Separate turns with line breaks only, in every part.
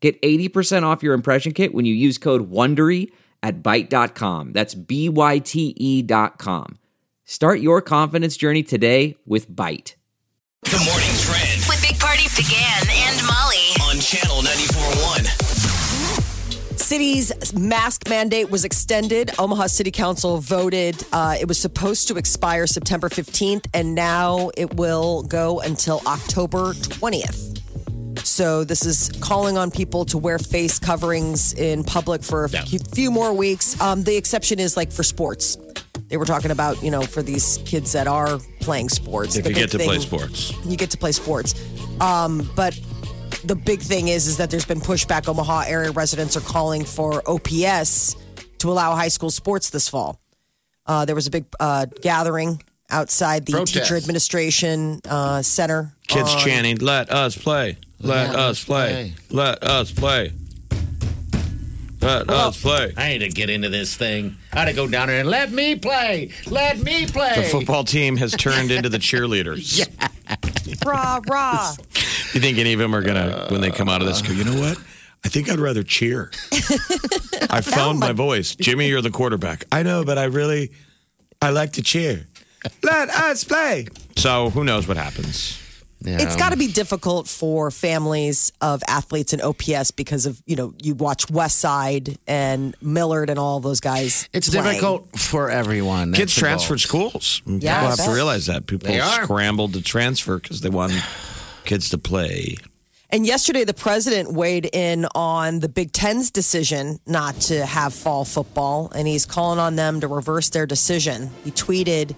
Get 80% off your impression kit when you use code WONDERY at Byte.com. That's B-Y-T-E E dot com. Start your confidence journey today with Byte.
The morning trend
With Big Party began and Molly.
on channel 94.1.
City's mask mandate was extended. Omaha City Council voted. Uh, it was supposed to expire September 15th, and now it will go until October 20th. So, this is calling on people to wear face coverings in public for a few, few more weeks. Um, the exception is like for sports. They were talking about, you know, for these kids that are playing sports.
If
The
you
big
get to play
thing-
sports.
you get to play sports. Um, but the big thing is is that there's been pushback. Omaha area residents are calling for OPS to allow high school sports this fall. Uh, there was a big uh, gathering outside the
Protest.
teacher administration uh, center.
Kids
on-
chanting, let us play. Let us play. Let us play. Let us play.
I need to get into this thing. I gotta go down there and let me play. Let me play.
The football team has turned into the cheerleaders.
rah rah.
You think any of them are going to, when they come out of this, go, you know what? I think I'd rather cheer. I found my voice. Jimmy, you're the quarterback. I know, but I really, I like to cheer. Let us play. So who knows what happens?
It's got to
Um,
be difficult for families of athletes in OPS because of you know you watch West Side and Millard and all those guys.
It's
playing.
difficult for everyone.
Kids
That's the goal.
transferred schools.
Yeah, I
People have to
bet.
realize that. People
They are.
scrambled to transfer because they wanted kids to play.
And yesterday, the president weighed in on the Big Ten's decision not to have fall football, and he's calling on them to reverse their decision. He tweeted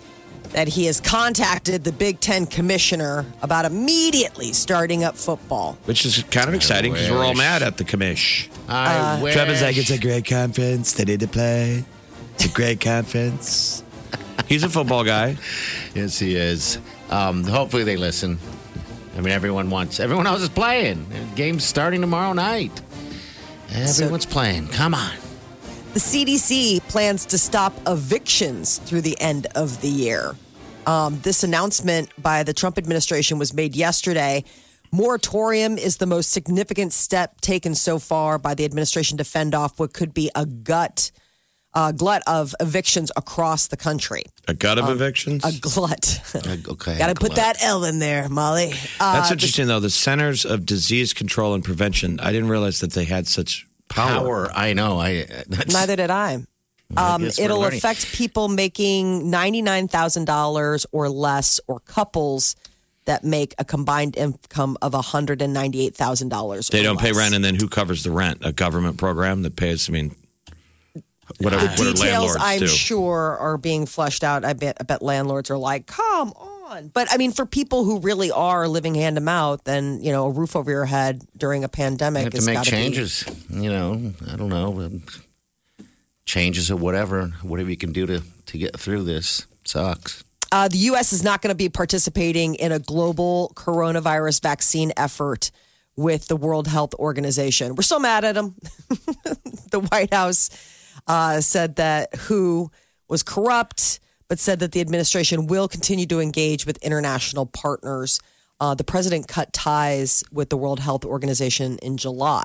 that he has contacted the Big Ten commissioner about immediately starting up football.
which is kind of exciting because we're all
wish.
mad at the commish.
I wish.
great conference. They need to play. It's a great conference. He's a football guy.
Yes, he is. Um, hopefully they listen. I mean, everyone wants. Everyone else is playing. Game's starting tomorrow night. Everyone's playing. Come on.
The CDC plans to stop evictions through the end of the year. Um, this announcement by the Trump administration was made yesterday. Moratorium is the most significant step taken so far by the administration to fend off what could be a gut uh, glut of evictions across the country.
A gut of evictions.
A glut.
Okay.
Got to put that L in there, Molly. Uh,
That's interesting though. The Centers of Disease Control and Prevention. I didn't realize that they had such power.
power. I know. I. That's,
neither did I. Um,
guess we're
it'll
learning.
affect people making $99,000 or less or couples that make a combined income of $198,000.
They
or
don't pay
less.
rent, and then who covers the rent? A government program that pays. I mean, whatever. what are
Details,
landlords
I'm
do?
sure, are being flushed out. I bet, I bet landlords are like, come on. But I mean, for people who really are living hand to mouth and, you know, a roof over your head during a pandemic
have to
has
make
gotta be-
changes. You know, I don't know. um, Changes or whatever, whatever you can do to to get through this sucks.
Uh, the U.S. is not going to be participating in a global coronavirus vaccine effort with the World Health Organization. We're still mad at them. the White House uh, said that WHO was corrupt, but said that the administration will continue to engage with international partners. Uh, the president cut ties with the World Health Organization in July.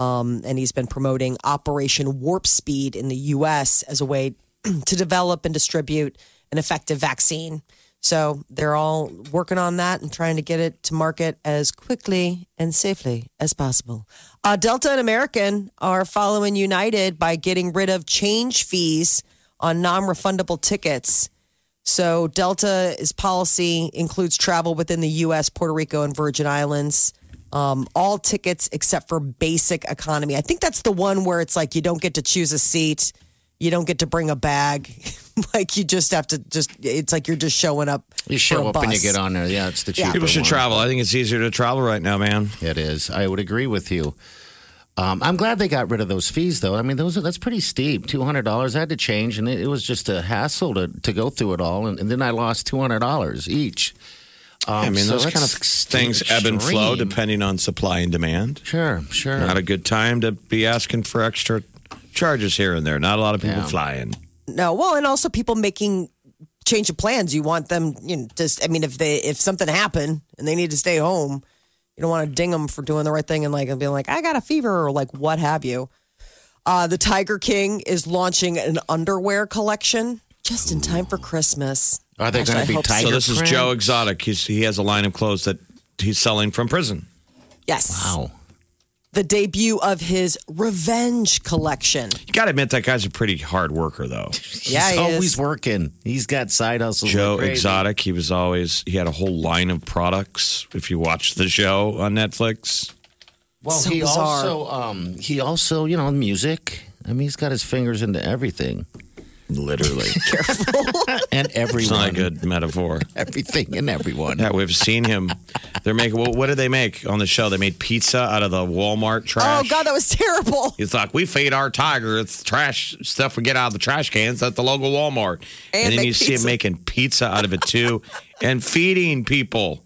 Um, and he's been promoting Operation Warp Speed in the U.S. as a way to develop and distribute an effective vaccine. So they're all working on that and trying to get it to market as quickly and safely as possible. Uh, Delta and American are following United by getting rid of change fees on non refundable tickets. So Delta's policy includes travel within the U.S., Puerto Rico, and Virgin Islands. Um, all tickets except for basic economy. I think that's the one where it's like you don't get to choose a seat, you don't get to bring a bag, like you just have to just. It's like you're just showing up.
You
for
show
a
up and you
bus.
get on there. Yeah, it's the cheaper
People should
one.
travel. I think it's easier to travel right now, man.
It is. I would agree with you. Um, I'm glad they got rid of those fees, though. I mean, those are, that's pretty steep. Two hundred dollars I had to change, and it, it was just a hassle to, to go through it all, and, and then I lost two hundred dollars each. Um,
I mean,
so
those
that's
kind of things ebb and flow
extreme.
depending on supply and demand.
Sure, sure.
Not a good time to be asking for extra charges here and there. Not a lot of people
Yeah.
flying.
No, well, and also people making change of plans. You want them, you know, just. I mean, if they if something happened and they need to stay home, you don't want to ding them for doing the right thing and like and being like, I got a fever or like what have you. Uh, the Tiger King is launching an underwear collection just in time for Christmas.
Are they
Gosh,
gonna
I
be
hope
tiger-
So this is
Fingerprints.
Joe Exotic. He's, he has a line of clothes that he's selling from prison.
Yes.
Wow.
The debut of his revenge collection.
You got to admit that guy's a pretty hard worker,
yeah,
though.
He's
he
always
is.
working. He's got side hustles.
Joe
like crazy.
Exotic. He was always he had a whole line of products. If you watch the show on Netflix,
Well,
So
he
bizarre.
also um, he also you know music. I mean, he's got his fingers into everything
literally,
and
it's
everyone.
not a good metaphor.
Everything and everyone.
Yeah, we've seen him. They're making. Well, what did they make on the show? They made pizza out of the Walmart
Oh
trash.
God, that was terrible.
He's like, we feed our tiger. It's trash stuff we get out of the trash cans at the local Walmart.
And
And, then you
make
see him
pizza.
making pizza out of it too, and feeding people.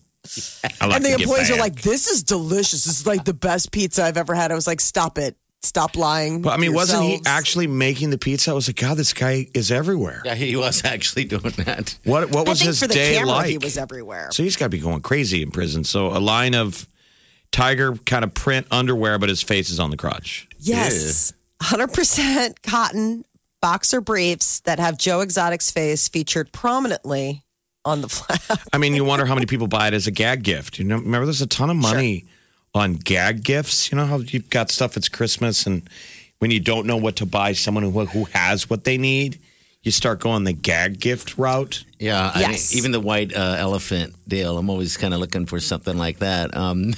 I like
and the
to give
employees are
back.
like, "This is delicious. This is like the best pizza I've ever had." I was like, "Stop it! Stop lying."
But I mean,
to
wasn't he
yourselves."
actually making the pizza? I was like, God, this guy is everywhere.
Yeah, he was actually doing that.
What what
I
was
think
his
for the
day
camera,
like?
he was everywhere.
so he's got to be going crazy in prison. So a line of tiger kind of print underwear, but his face is on the crotch.
Yes, hundred percent cotton boxer briefs that have Joe Exotic's face featured prominently on the flap.
I mean, you wonder how many people buy it as a gag gift. You know, remember there's a ton of money on gag gifts. You know how you've got stuff. It's Christmas, and when you don't know what to buy, someone who who has what they need, you start going the gag gift route.
Yeah, I mean,
Yes.
even the white uh, elephant deal. I'm always kind of looking for something like that. Um,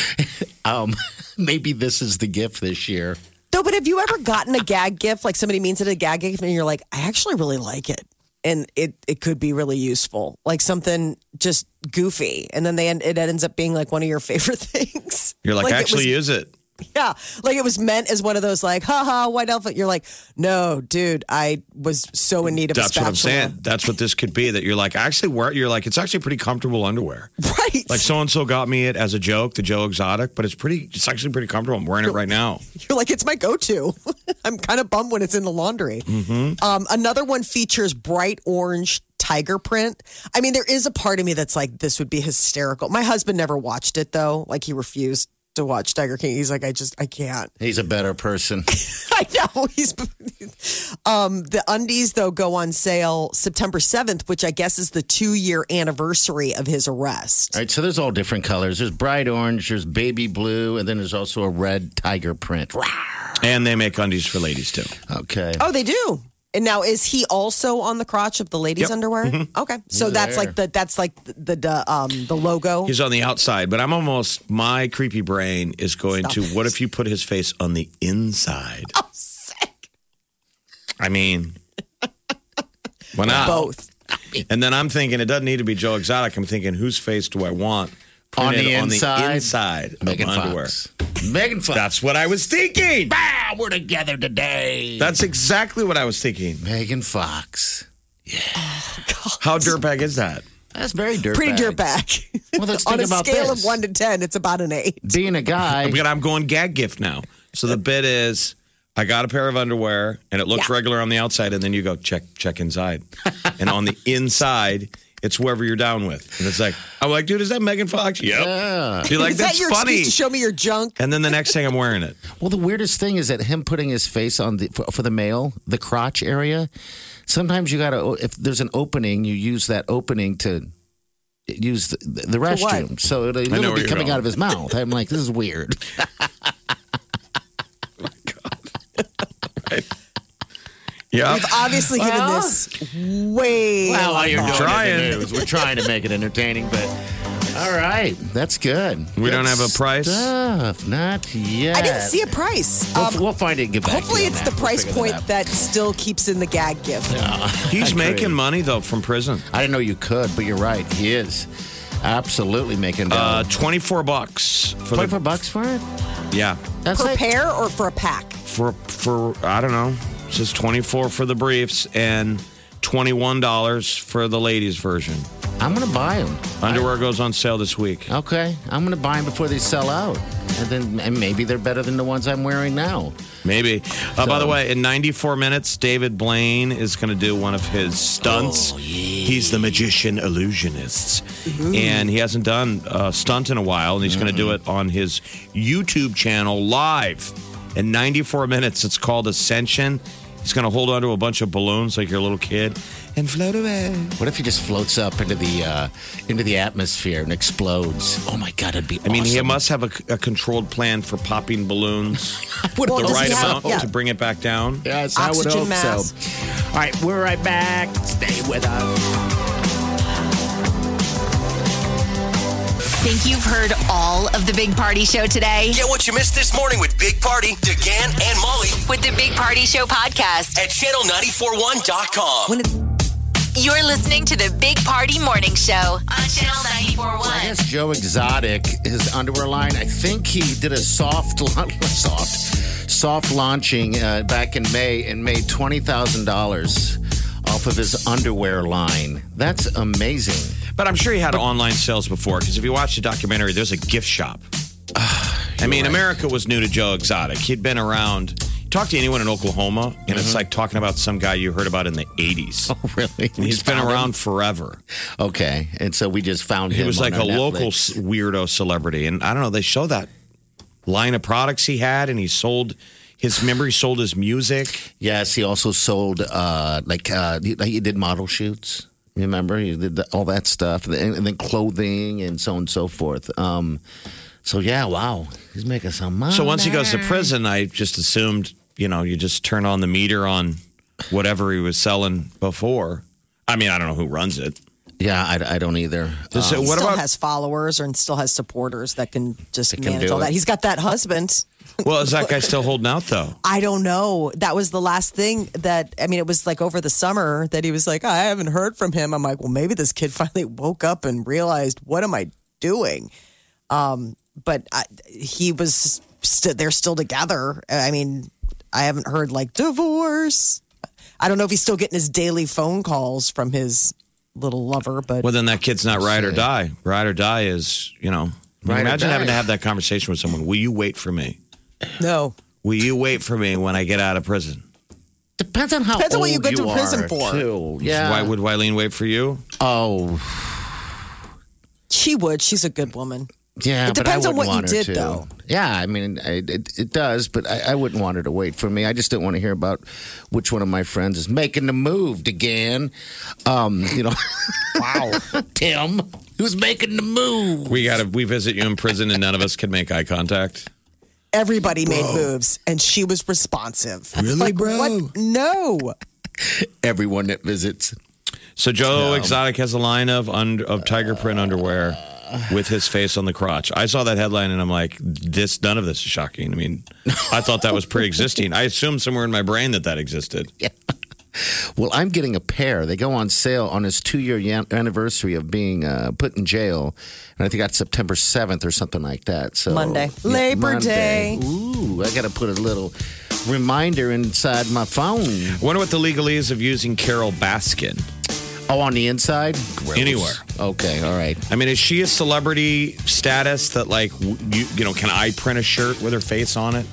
um, maybe this is the gift this year.
No, but have you ever gotten a gag gift? Like somebody means it a gag gift, and you're like, I actually really like it, and it it could be really useful, like something just goofy, and then they end, it ends up being like one of your favorite things.
You're like,
it
actually
was-
use it.
yeah, like it was meant as one of those like, haha, white elephant. You're like, no, dude, I was so in need of
That's
a
what I'm
spatula.
saying. That's what this could be. That you're like, I actually wear. You're like, it's actually pretty comfortable underwear.
Right.
Like so and so got me it as a joke, the Joe Exotic, but it's pretty. It's actually pretty comfortable. I'm wearing it right now.
You're like, it's my go to. I'm kind of bummed when it's in the laundry.
Mm-hmm.
Um, another one features bright orange tiger print. I mean, there is a part of me that's like, this would be hysterical. My husband never watched it though. Like, he refused to watch Tiger King. He's like, I just, I can't.
He's a better person.
I know. He's. Um, the undies, though, go on sale September 7th, which I guess is the two year anniversary of his arrest.
All right, so there's all different colors. There's bright orange, there's baby blue, and then there's also a red tiger print.
And they make undies for ladies too.
Okay.
Oh, they do. And now is he also on the crotch of the ladies'
Yep.
underwear? Okay, so
He's
that's
there.
like the that's like the the um the logo.
He's on the outside, but I'm almost my creepy brain is going
Stop
to
it.
what if you put his face on the inside?
oh, sick.
I mean, why not?
Both.
And then I'm thinking it doesn't need to be Joe Exotic. I'm thinking whose face do I want
On
printed
the
on
inside?
the inside of
Megan
underwear?
Fox. Megan Fox.
That's what I was thinking.
ah, we're together today.
That's exactly what I was thinking.
Megan Fox.
How dirtbag is that?
That's very dirty.
Pretty dirtbag.
Well, let's
on
think
a
about
scale
this.
of one to ten, it's about an eight.
Being a guy.
But I'm going gag gift now. So the bit is I got a pair of underwear and it looks regular on the outside, and then you go check check inside, and on the inside it's whoever you're down with, and it's like I'm like, dude, is that Megan Fox? Yep. You're like,
is that
that's
your
funny.
excuse to show me your junk?
and then the next thing I'm wearing it.
Well, the weirdest thing is that him putting his face on the for, for the male, the crotch area. Sometimes you gotta oh, if there's an opening, you use that opening to use the, the restroom. So it'll
know
it'll
where
be
you're
coming
going.
out of his mouth. I'm like, this is weird.
Yeah.
You've obviously given
Well-
this way.
you're doing
Trying.
it in the news. We're trying to make it entertaining, but all right, that's good.
We don't have
Good
a price?
Stuff. Not yet.
I didn't see a price.
We'll,
Um,
we'll find it. And get back. to
hopefully,
you on
it's
that.
the
We'll
price
figure
point
that out.
that still keeps in the gag gift.
He's
agree.
making money though from prison.
I didn't know you could, but you're right. He is absolutely making.
Uh,
dough.
24 bucks for the
Twenty-four bucks for it.
Yeah.
That's
Per
like-
pair or for a pack?
For for I don't know. It says twenty four for the briefs and twenty one dollars for the ladies version.
I'm gonna buy them.
Underwear goes on sale this week.
Okay, I'm gonna buy them before they sell out, and then and maybe they're better than the ones I'm wearing now.
Maybe. Uh, by the way, in 94 minutes, David Blaine is going to do one of his stunts.
Oh,
He's the magician illusionist.
Mm-hmm.
And he hasn't done a stunt in a while, and he's going to do it on his YouTube channel live in 94 minutes. It's called Ascension. He's going to hold onto a bunch of balloons like your little kid and float away.
What if he just floats up into the uh, into the atmosphere and explodes? Oh my god, it'd be.
I mean, he
awesome.
must have a, a controlled plan for popping balloons
What
Well,
the
does he
right
have-
amount
yeah.
to bring it back down.
Yes, I
Oxygen
would hope
mask.
so. All right, we're right back. Stay with us.
Think you've heard all of the Big Party Show today?
Get what you missed this morning with Big Party, DeGan, and Molly
With the Big Party Show podcast,
at channel941.com.
you're listening to the Big Party Morning Show on Channel 941.
I guess Joe Exotic, his underwear line. I think he did a soft, la- soft, soft launching uh, back in May and made twenty thousand dollars off of his underwear line. That's amazing.
But I'm sure he had online sales before because if you watch the documentary, there's a gift shop. I mean, America was new to Joe Exotic. He'd been around. Talk to anyone in Oklahoma, and it's like talking about some guy you heard about in the 80s.
Mm-hmm. Oh, Really,
And he's been
Found him.
around forever.
Okay, and so we just found him.
He was
on
like a
our
local
Netflix.
s- weirdo celebrity. And I don't know, they show that line of products he had, and he sold his, remember, he sold his music.
Yes, he also sold uh, like uh, he, like he did model shoots. Remember, he did the, all that stuff, and, and then clothing and so on and so forth. Um, so yeah, wow, he's making some money.
So once he goes to prison, I just assumed, you know, you just turn on the meter on whatever he was selling before. I mean, I don't know who runs it.
yeah, I, I don't either.
So
Um,
He
what
still
about?
has followers and still has supporters that can just
That can
manage
do
all
it.
that. He's got that husband.
well, is that guy still holding out though?
I don't know. That was the last thing that I mean. It was like over the summer that he was like, I haven't heard from him. I'm like, well, maybe this kid finally woke up and realized what am I doing? Um, but I, he was st- they're still together. I mean, I haven't heard like divorce. I don't know if he's still getting his daily phone calls from his little lover, but
Well, then that kid's not ride or die. Ride or die is, you know. I mean,
Ride or
imagine
die.
having to have that conversation with someone. Will you wait for me?
no.
Will you wait for me when I get out of prison?
depends on how
Depends on
old
what you go to
are,
prison for.
Too. Yeah.
Why would Wileen wait for you?
oh
She would. She's a good woman.
Yeah,
It
but I
depends
wouldn't
on what you
want her
did,
to.
though.
Yeah, I mean, I, it, it does, but I, I wouldn't want her to wait for me. I just didn't want to hear about which one of my friends is making the move again. Um, you know, wow, Tim, who's making the move?
We gotta we visit you in prison and none of us can make eye contact.
Everybody made moves, and she was responsive.
Really,
Like,
bro?
What? No.
Everyone that visits.
So Joe Exotic has a line of under, of tiger print underwear with his face on the crotch. I saw that headline and I'm like, this none of this is shocking. I mean, I thought that was pre-existing. I assumed somewhere in my brain that that existed.
Well, I'm getting a pair. They go on sale on his two year yan- anniversary of being uh, put in jail, and I think that's September 7th or something like that. So
Monday.
Yeah,
Labor Day.
Ooh, I got to put a little reminder inside my phone.
Wonder what the legal is of using Carol Baskin.
Oh, on the inside?
Anywhere.
Okay, all right.
I mean, is she a celebrity status that like w- you you know can I print a shirt with her face on it?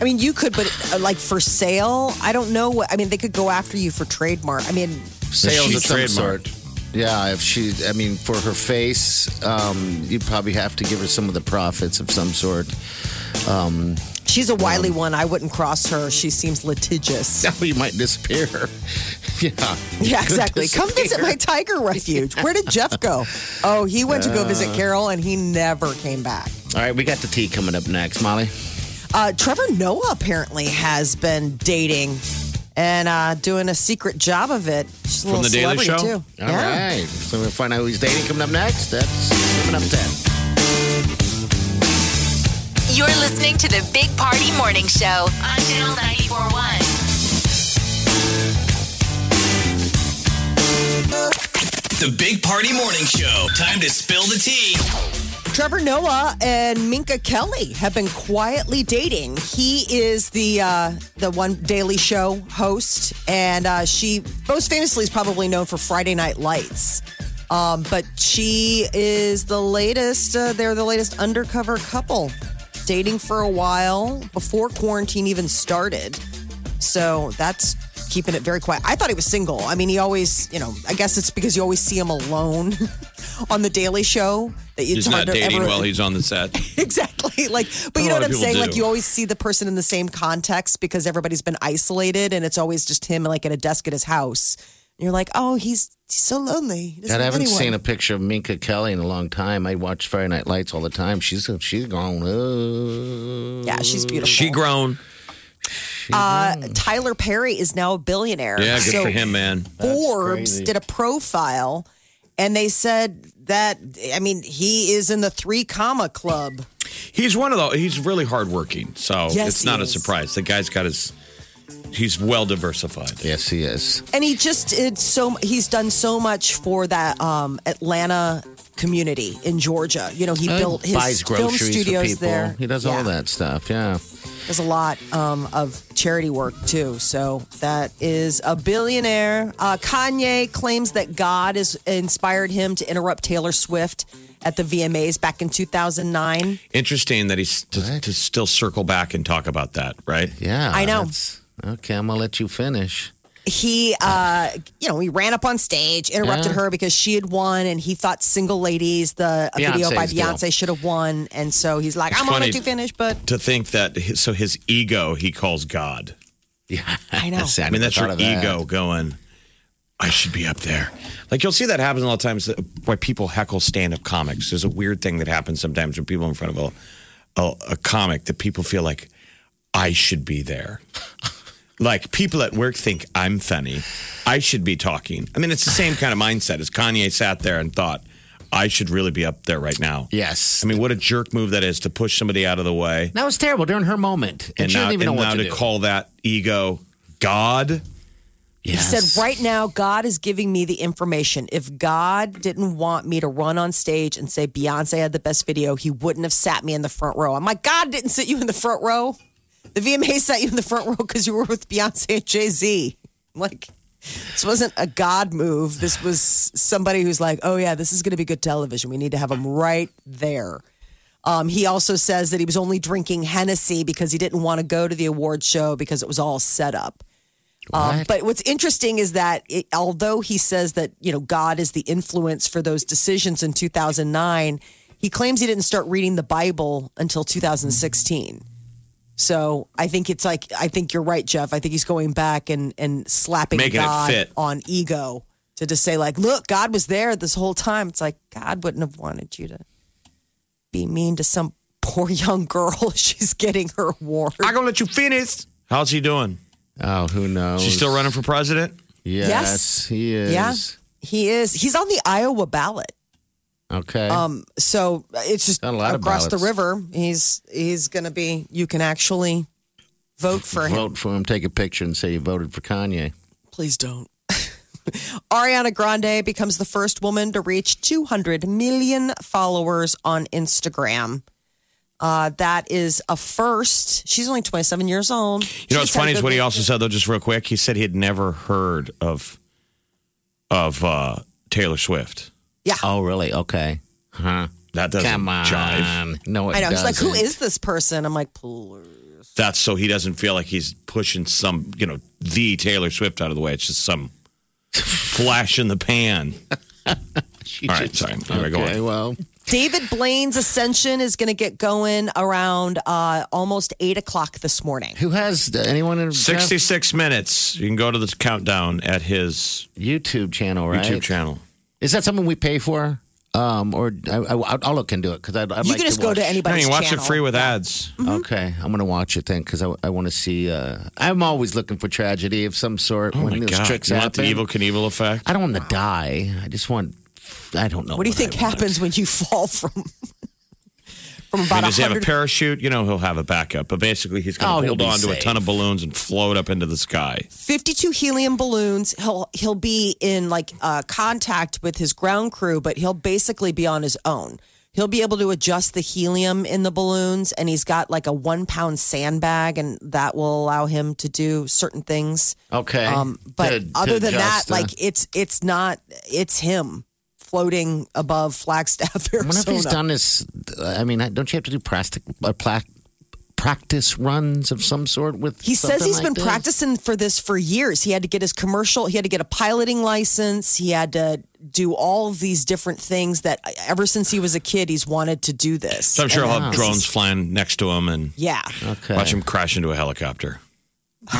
I mean, you could, but uh, like for sale, I don't know what. I mean, they could go after you for trademark. I mean,
Sales
She's
of some
trademarked.
sort. Yeah, if she, I mean, for her face, um, you probably have to give her some of the profits of some sort.
she's a wily
Mm.
one. I wouldn't cross her. She seems litigious.
Now you might disappear. yeah.
Yeah, exactly. Come visit my
Disappear.
tiger refuge. Where did Jeff go? Oh, he went to go visit Carol, and he never came back.
All right, we got the tea coming up next, Molly.
Uh, Trevor Noah apparently has been dating and uh, doing a secret job of it. She's a
From
little
The Daily
celebrity,
Show?
too.
All right, So we'll find out who he's dating coming up next. That's coming up 10.
You're listening to the Big Party Morning Show on Channel 941.
The Big Party Morning Show. Time to spill the tea.
Trevor Noah and Minka Kelly have been quietly dating. He is the uh, the one Daily Show host, and uh, she most famously is probably known for Friday Night Lights. Um, but she is the latest. Uh, they're the latest undercover couple, dating for a while before quarantine even started. So that's keeping it very quiet. I thought he was single. I mean, he always, you know, I guess it's because you always see him alone on the Daily Show that you
He's not dating while he's on the set.
exactly like. But you
A
know
lot
what
of
I'm
people
saying? Like
do.
you always see the person in the same context because everybody's been isolated, and it's always just him like at a desk at his house. And you're like, oh, he's, he's so lonely. He doesn't
And I haven't
have anyone.
seen a picture of Minka Kelly in a long time. I watch Friday Night Lights all the time. She's she's gone. Uh,
Yeah, she's beautiful.
She grown.
uh,
Mm-hmm.
Tyler Perry is now a billionaire.
Yeah, good
So-
for him, man.
Forbes did a profile and they said that I mean he is in the three comma club.
He's one of the. He's really hardworking, so
Yes,
it's not
he
a
is.
surprise. The guy's got his. He's well diversified.
yes, he is.
And he just it's so he's done so much for that um Atlanta community in Georgia. You know, he built his
buys
film
groceries for
studios
people.
there.
He does all
Yeah,
that stuff. Yeah.
Does a lot um, of charity work too. So that is a billionaire. Uh, Kanye claims that God has inspired him to interrupt Taylor Swift at the VMAs back in 2009.
Interesting that he's to, to still circle back and talk about that, right?
Yeah.
I know.
that's- Okay, I'm gonna let you finish.
he uh you know he ran up on stage interrupted
Yeah.
her because she had won and he thought single ladies the a video by
Beyonce's deal.
beyonce should have won and so he's like
It's
i'm gonna
funny.
let you finish but
To think that his, so his ego he calls God.
Yeah,
I know.
See,
I mean
never
that's your
thought of that.
ego going. I should be up there. Like you'll see that happens a lot of times uh, why people heckle stand-up comics. There's a weird thing that happens sometimes when people in front of a a, a comic that people feel like I should be there. Like people at work think I'm funny. I should be talking. I mean, it's the same kind of mindset as Kanye sat there and thought, I should really be up there right now.
Yes.
I mean, what a jerk move that is to push somebody out of the way
that was terrible during her moment, and,
and
she
now,
didn't even
and
know what
now
to, do.
to, call that ego God.
he said right now god is giving me the information if god didn't want me to run on stage and say beyonce had the best video he wouldn't have sat me in the front row i'm like god didn't sit you in the front row the vma sat you in the front row because you were with beyonce and jay-z I'm like this wasn't a god move this was somebody who's like oh yeah this is going to be good television we need to have him right there um, he also says that he was only drinking hennessy because he didn't want to go to the award show because it was all set up um, but what's interesting is that it, although he says that you know God is the influence for those decisions in 2009, he claims he didn't start reading the Bible until 2016. So I think it's like I think you're right, Jeff. I think he's going back and and slapping
Making it
God
fit.
on ego to just say like, look, God was there this whole time. It's like God wouldn't have wanted you to be mean to some poor young girl. She's getting her award.
I'm gonna let you finish. How's he doing?
Oh, who knows?
She's still running for president.
Yes,
Yes.
he is.
Yeah, he is. He's on the Iowa ballot.
Okay.
Um, so it's just
Got a lot of
across the
ballots.
river. He's he's going to be. You can actually vote for him.
Vote for him. Take a picture and say you voted for Kanye.
Please don't. Ariana Grande becomes the first woman to reach 200 million followers on Instagram. Uh, that is a first. She's only 27 years old.
You know what's funny is what he also said though, just real quick. He said he had never heard of of uh, Taylor Swift.
Yeah,
Oh, really? Okay. Huh.
That doesn't
Come on.
jive.
No, it
I know. He's like, who
doesn't.
is this person? I'm like, please.
That's so he doesn't feel like he's pushing some, you know, the Taylor Swift out of the way. It's just some flash in the pan.
She
All right,
just-
sorry. Here we go.
Okay, well,
David Blaine's ascension is going to get going around uh, almost eight o'clock this morning.
who has uh, anyone in
66 minutes. You can go to the countdown at his
YouTube channel, right?
YouTube channel.
Is that something we pay for? Um, or I, I, I'll look into it because I'd, I'd
you
like
can
to
just go to Mm-hmm.
watch.
No,
anybody's
you watch
channel.
it free with ads.
Okay, I'm gonna watch it then because I, I want to see. Uh, I'm always looking for tragedy of some sort
Oh
when
my
those
god!
tricks
you want
happen.
the evil Knievel effect?
I don't want to die. I just want. I don't know.
What do you think
I want.
happens when you fall from from
I mean,
about a
does he have a
hundred?
parachute? You know, he'll have a backup, but basically, he's
Oh,
going to
he'll
hold
be
on to a
safe.
ton of balloons and float up into the sky.
52 helium balloons. He'll he'll be in like uh, contact with his ground crew, but he'll basically be on his own. He'll be able to adjust the helium in the balloons, and he's got like a one pound sandbag, and that will allow him to do certain things.
Okay.
Um, but
To- to
other than
adjust,
that,
uh,
like it's it's not it's him floating above Flagstaff,
I wonder if he's
Arizona.
done his. I mean, don't you have to do plastic, uh, pla- practice runs of some sort with?
He says
something
he's
like
been
this?
practicing for this for years. He had to get his commercial, he had to get a piloting license, he had to do all of these different things that uh, ever since he was a kid, he's wanted to do this.
So I'm sure
And
he'll have
this
drones
is-
flying next to him and
yeah.
Okay.
watch him crash into a helicopter.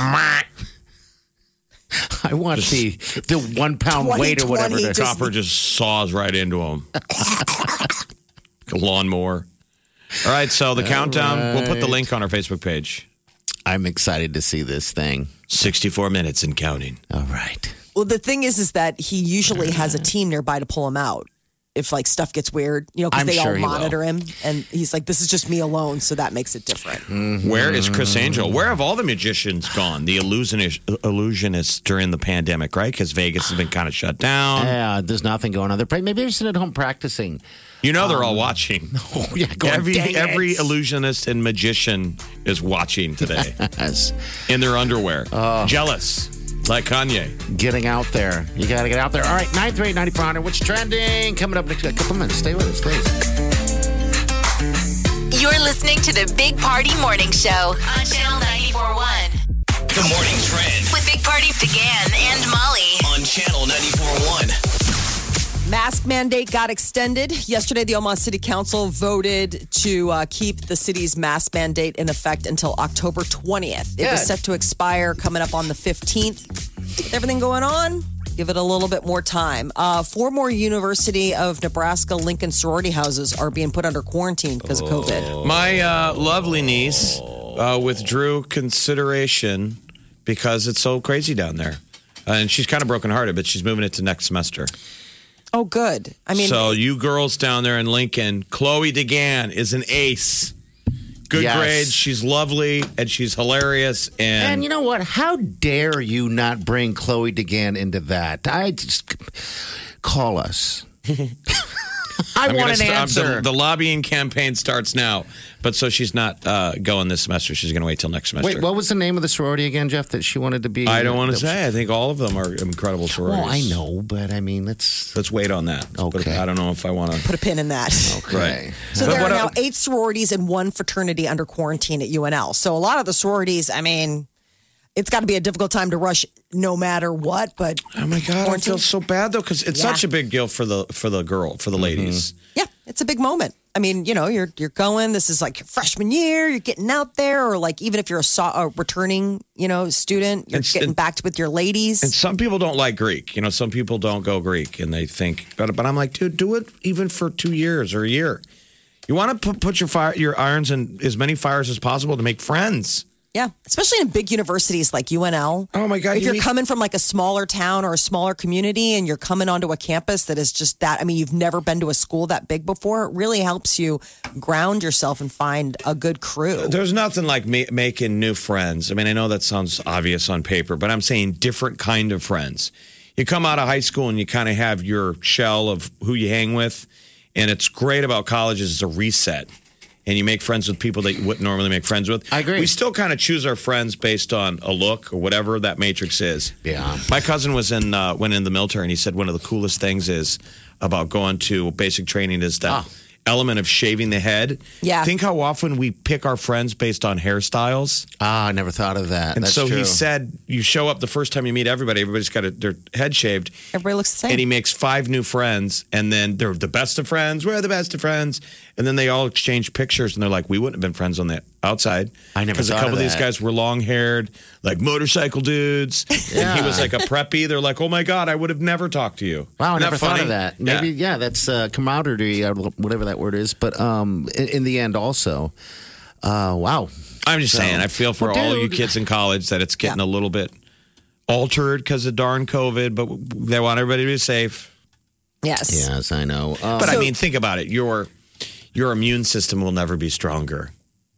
I want the the one pound weight or whatever.
2020
To,
Just-
Copper just saws right into him. Like a lawnmower. All right, so the countdown. We'll put the link on our Facebook page.
I'm excited to see this thing.
64 minutes and counting.
All right.
Well, the thing is, is that he usually has a team nearby to pull him out. If like stuff gets weird, you know, because
I'm
they
sure
all
he will.
monitor him, and he's like, "This is just me alone," so that makes it different.
Where is Chris
Mm-hmm.
Angel? Where have all the magicians gone? The illusionist, illusionists during the pandemic, right? Because Vegas has been kind of shut down.
Yeah, there's nothing going on. They're pra- maybe they're sitting at home practicing.
You know they're all watching.
Oh yeah, going,
Every
"Dang it."
every illusionist and magician is watching today
Yes.
in their underwear,
Oh.
jealous like Kanye.
getting out there. You got to get out there. All right, 938-9400. What's trending? Coming up next a couple minutes. Stay with us, please.
You're listening to the Big Party Morning Show on Channel 941
The morning trend
with Big Party began and Molly.
on channel 941.
Mask mandate got extended. Yesterday, the Omaha City Council voted to uh, keep the city's mask mandate in effect until October 20th. It was
Good.
set to expire coming up on the 15th. With everything going on, give it a little bit more time. Uh, four more University of Nebraska Lincoln sorority houses are being put under quarantine because of COVID.
My uh, lovely niece uh, withdrew consideration because it's so crazy down there. Uh, And she's kind of brokenhearted, but she's moving it to next semester.
Oh, good. I mean,
so you girls down there in Lincoln, Chloe DeGan is an ace. Good
Yes.
grades. She's lovely and she's hilarious. And,
And you know what? How dare you not bring Chloe DeGan into that? I just call us. I
I'm
want
gonna
an
stop-
answer.
The, the lobbying campaign starts now, but so she's not uh, going this semester. She's going to wait till next semester.
Wait, what was the name of the sorority again, Jeff? That she wanted to be.
I don't want to
that-
say. I think all of them are incredible sororities.
Well, I know, but I mean, that's
Let's wait on that. Let's put it-
Okay.
I don't know if I want to.
put a pin in that.
Right.
So
But
there are
what
now
I-
eight sororities and one fraternity under quarantine at UNL. So a lot of the sororities, I mean, it's got to be a difficult time to rush no matter what. But
Oh my god, I feel
Quarantine.
so bad though because it's
Yeah.
such a big deal for the for the girl for the
Mm-hmm.
ladies.
yeah, it's a big moment. I mean, you know, you're you're going. This is like your freshman year. You're getting out there, or like even if you're a, so- a returning, you know, student, you're
It's-
getting
and-
back with your ladies.
And some people don't like Greek. You know, some people don't go Greek and they think. But but I'm like, dude, do it even for two years or a year. You want to put, put your fire your irons in as many fires as possible to make friends.
Yeah, especially in big universities like UNL.
Oh my God,
If
you
you're
mean-
coming from like a smaller town or a smaller community and you're coming onto a campus that is just that, I mean, you've never been to a school that big before, it really helps you ground yourself and find a good crew.
There's nothing like ma- making new friends. I mean, I know that sounds obvious on paper, but I'm saying different kind of friends. You come out of high school and you kind of have your shell of who you hang with, and it's great about college is it's a reset, and you make friends with people that you wouldn't normally make friends with.
I agree.
We still kind of choose our friends based on a look or whatever that matrix is.
Yeah.
My cousin was in uh, went in the military, and he said one of the coolest things is about going to basic training is that
Ah.
element of shaving the head.
Yeah.
Think how often we pick our friends based on hairstyles.
ah, I never thought of that.
And
that's
so he
true.
said, you show up the first time you meet everybody. Everybody's got a, their head shaved,
Everybody looks the same.
and he makes five new friends, and then they're the best of friends. We're the best of friends, and then they all exchange pictures, and they're like, we wouldn't have been friends on the outside.
I never
because a
thought
couple
of
of these
that.
guys were long haired, like motorcycle dudes, and he was like a preppy. They're like, oh my god, I would have never talked to you.
Wow, I
Isn't
never thought of
funny?
that.
Yeah.
Maybe yeah, that's uh, camaraderie, or whatever that word is. But um, in, in the end, also, uh, wow,
I'm just saying, I feel for
Well,
all you
dude.
kids in college that it's getting a little bit altered because of darn COVID, but they want everybody to be safe.
yes.
yes, I know. Um,
But I mean, think about it. Your your immune system will never be stronger.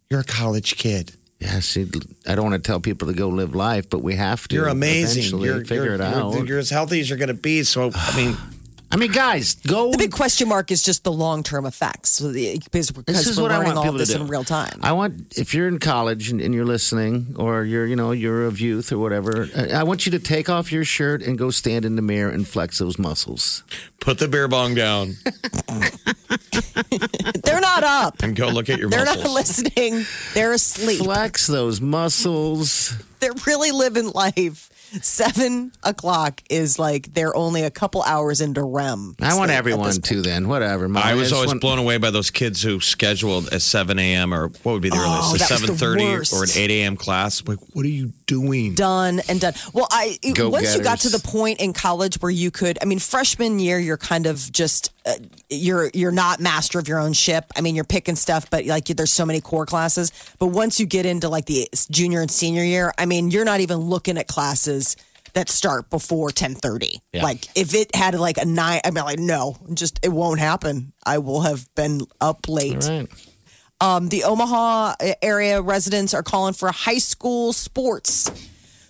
You're a college kid.
yes, it- I don't want to tell people to go live life, but we have to.
You're amazing.
eventually
You're
figure
you're,
it out.
You're, you're as healthy as you're going to be. So I mean,
I I mean, guys, go.
The big question mark is just the long term effects so the- because,
this
because
is
we're
what I
learning
want
all
people
of this
to do
in real time.
I want if you're in college and, and you're listening, or you're you know you're of youth or whatever. I I want you to take off your shirt and go stand in the mirror and flex those muscles.
Put the beer bong down
They're not up.
and go look at your
They're
muscles.
not listening. They're asleep.
Flex those muscles.
They're really living life. Seven o'clock is like they're only a couple hours into REM.
I want
sleep at
everyone
this
to then whatever. Mom,
I was
just
always
want-
blown away by those kids who scheduled at 7 a.m. or what would be the
Oh,
earliest,
that was the
a 7:30 or an
worst.
8 a.m. class. Like, what are you doing?
done and done. Well, I it-
Go
once you got to
getters.
the point in college where you could, I mean, freshman year you're kind of just uh, you're you're not master of your own ship. I mean, you're picking stuff, but like there's so many core classes. But once you get into like the junior and senior year, I mean, you're not even looking at classes that start before 10:30. Like if it had like a 9 I mean like no, just it won't happen. I will have been up late.
All right.
Um, the Omaha area residents are calling for high school sports.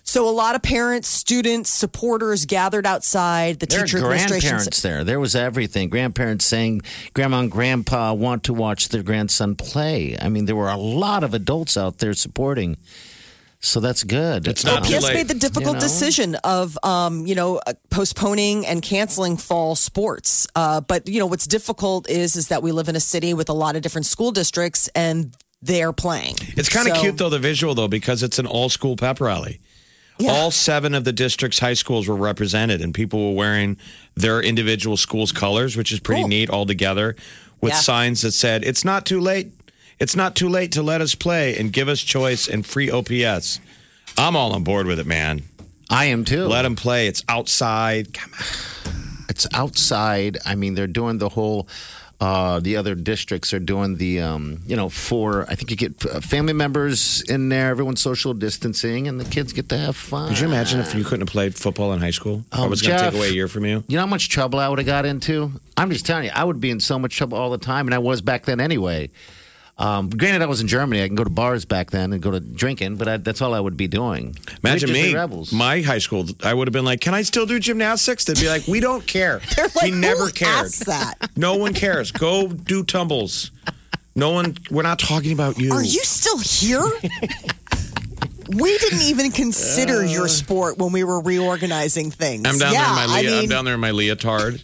So a lot of parents, students, supporters gathered outside. The
There are
teacher administration.
grandparents there. There was everything. Grandparents saying grandma and grandpa want to watch their grandson play. I mean, there were a lot of adults out there supporting. So that's good.
It's
Um,
not too
PS
late.
made the difficult
You know?
decision of, um, you know, uh, postponing and canceling fall sports. Uh, but you know what's difficult is is that we live in a city with a lot of different school districts, and they're playing.
It's kind of
So-
cute though the visual though because it's an all school pep rally.
Yeah.
All seven of the district's high schools were represented, and people were wearing their individual schools' colors, which is pretty
Cool.
neat all together, with
Yeah.
signs that said, "It's not too late. It's not too late to let us play and give us choice and free OPS." I'm all on board with it, man.
I am too.
Let them play. It's outside. Come on.
it's outside. I mean, they're doing the whole. Uh, the other districts are doing the, um, you know, for I think you get uh, family members in there, everyone's social distancing, and the kids get to have fun.
Could you imagine if you couldn't have played football in high school? I
Oh,
was going to
Jeff.
take away a year from you.
You know how much trouble I would have got into? I'm just telling you, I would be in so much trouble all the time, and I was back then anyway. Um, granted, I was in Germany. I can go to bars back then and go to drinking, but I, that's all I would be doing.
Imagine
We'd just be
me,
rebels.
my high school. I would have been like, "Can I still do gymnastics?" They'd be like, "We don't care.
They're like,
we never
who
cared.
asked that?
No one cares. Go do tumbles. No one. We're not talking about you.
Are you still here? we didn't even consider your sport when we were reorganizing things.
Uh. I'm down
yeah,
there in my.
I
lea- I'm
mean,
down there in my leotard.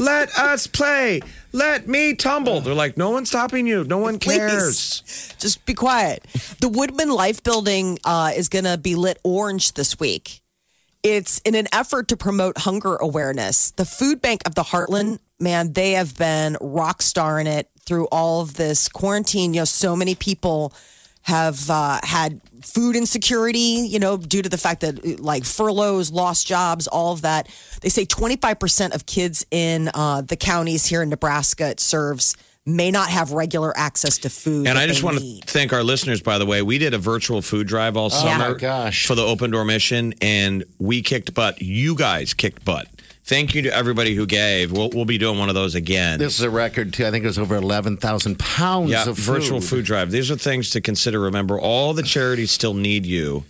Let us play. Let me tumble. They're like, no one's stopping you. No one
Please.
cares.
just be quiet. The Woodman Life Building uh, is going to be lit orange this week. It's in an effort to promote hunger awareness. The Food Bank of the Heartland, man, they have been rock starring it through all of this quarantine. You know, so many people have uh, had food insecurity, you know, due to the fact that uh, like furloughs, lost jobs, all of that. They say 25% of kids in uh, the counties here in Nebraska it serves may not have regular access to food. that
And I just
they
want
need.
to thank our listeners, by the way. We did a virtual food drive all summer
my gosh.
for the open door mission, and we kicked butt. You guys kicked butt. Thank you to everybody who gave. We'll, we'll be doing one of those again.
This is a record, too. I think it was over 11,000 pounds
yeah,
of
virtual food drive. These are things to consider. Remember, all the charities still need you,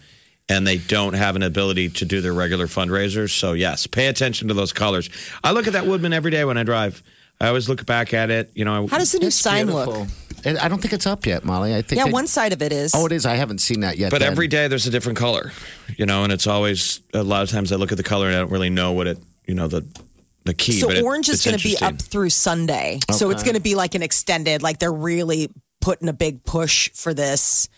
and they don't have an ability to do their regular fundraisers. So, yes, pay attention to those colors. I look at that Woodman every day when I drive. I always look back at it. You know, I-
How does the new sign look?
And I don't think it's up yet, Molly. I think
Yeah,
they-
one side of it is.
Oh, it is. I haven't seen that yet.
But
then.
every day there's a different color, you know, and it's always a lot of times I look at the color and I don't really know what it, you know, the the key.
so
but it-
orange is
it's
going to be
interesting.
up through Sunday. So it's going to be like an extended, like they're really putting a big push for this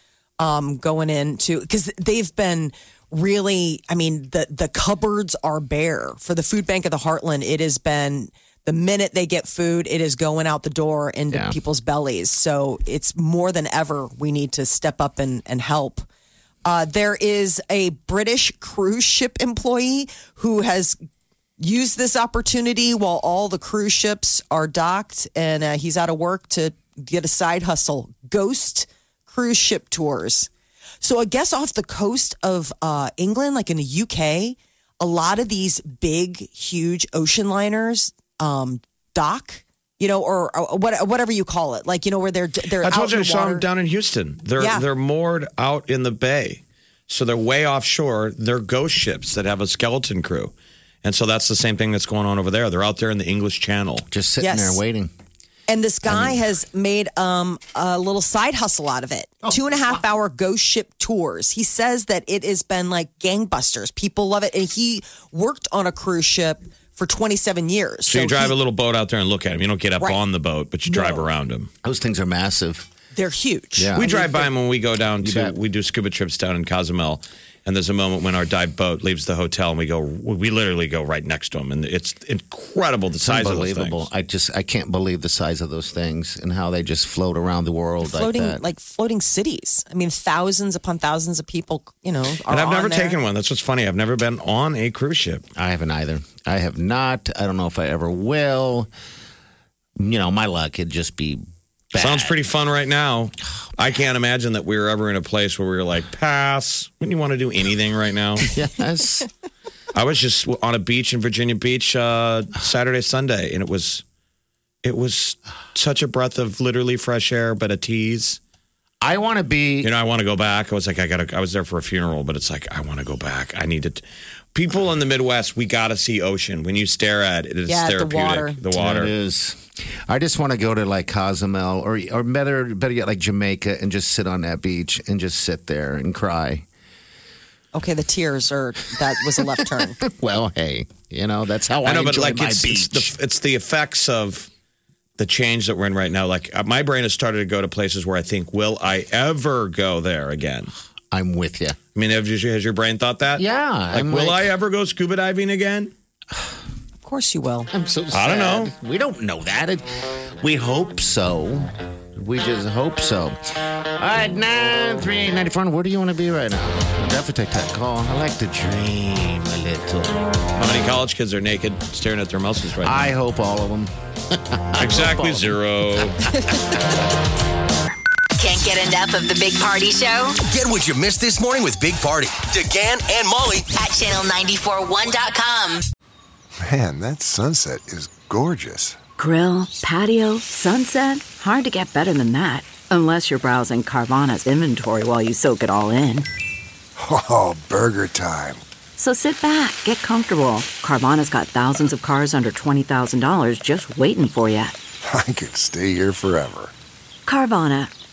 um, going into because they've been really. I mean, the the cupboards are bare for the food bank of the Heartland. It has been the minute they get food, it is going out the door into
Yeah.
people's bellies. So it's more than ever we need to step up and and help. Uh, there is a British cruise ship employee who has use this opportunity while all the cruise ships are docked and uh, he's out of work to get a side hustle ghost cruise ship tours so i guess off the coast of uh, england like in the uk a lot of these big huge ocean liners um, dock you know or, or what, whatever you call it like you know where they're they're
I told
out
you I
in the
saw
water.
them down in Houston. They're
Yeah.
they're moored out in the bay, so they're way offshore. They're ghost ships that have a skeleton crew, And so that's the same thing that's going on over there. They're out there in the English Channel.
Just sitting
Yes.
there waiting.
And this guy has made um, a little side hustle out of it.
Oh,
Two and a half hour ghost ship tours. He says that it has been like gangbusters. People love it. And he worked on a cruise ship for 27 years.
So, you drive
he-
a little boat out there and look at them. You don't get up
Right.
on the boat, but you drive around them.
Those things are massive.
They're huge.
Yeah.
We drive by them when we go down to
Uh, bet.
we do scuba trips down in Cozumel, and there's a moment when our dive boat leaves the hotel, and we go we literally go right next to them, and it's incredible the size of those
Unbelievable.
things.
I just I can't believe the size of those things and how they just float around the world
Floating
like that.
like, floating cities. I mean, thousands upon thousands of people, you know. Are
And I've never
on there.
taken one. That's what's funny. I've never been on a cruise ship.
I haven't either. I have not. I don't know if I ever will. You know, my luck could just be bad. Oh,
Sounds pretty fun right now. I can't imagine that we were ever in a place where we were like, pass. Wouldn't you want to do anything right now?
Yes.
I was just on a beach in Virginia Beach uh, Saturday, Sunday, and it was it was such a breath of literally fresh air, but a tease.
I want to be.
You know, I want to go back. I was like, I got. to I was there for a funeral, but it's like I want to go back. I need to. t- People in the Midwest, we got to see ocean. When you stare at it, it's
Yeah, the water.
therapeutic. The water.
It is. I just want to go to like Cozumel or or better better yet like Jamaica and just sit on that beach and just sit there and cry.
Okay, the tears are, that was a left turn.
Well, hey, you know that's how I,
I know, but
enjoy
like
my
it's, it's
beach.
the it's the effects of the change that we're in right now. Like uh, my brain has started to go to places where I think, will I ever go there again?
I'm with you.
I mean, have you, has your brain thought that?
Yeah,
Like,
I'm
will
like-
I ever go scuba diving again?
of course you will.
I'm so. Sad.
I don't know.
We don't know that. It, we hope so. We just hope so. All right, nine three eight ninety four. Where do you want to be right now? I'll definitely take that call. I like to dream a little.
How many college kids are naked staring at their muscles right
I hope all of them.
now? Exactly zero.
Can't get enough of the Big Party Show
Get what you missed this morning with Big Party. DeGan and Molly
at channel941.com.
Man, that sunset is gorgeous.
Grill, patio, sunset. Hard to get better than that. Unless you're browsing Carvana's inventory while you soak it all in.
Oh, burger time.
So sit back, get comfortable. Carvana's got thousands of cars under $20,000 just waiting for you.
I could stay here forever.
Carvana,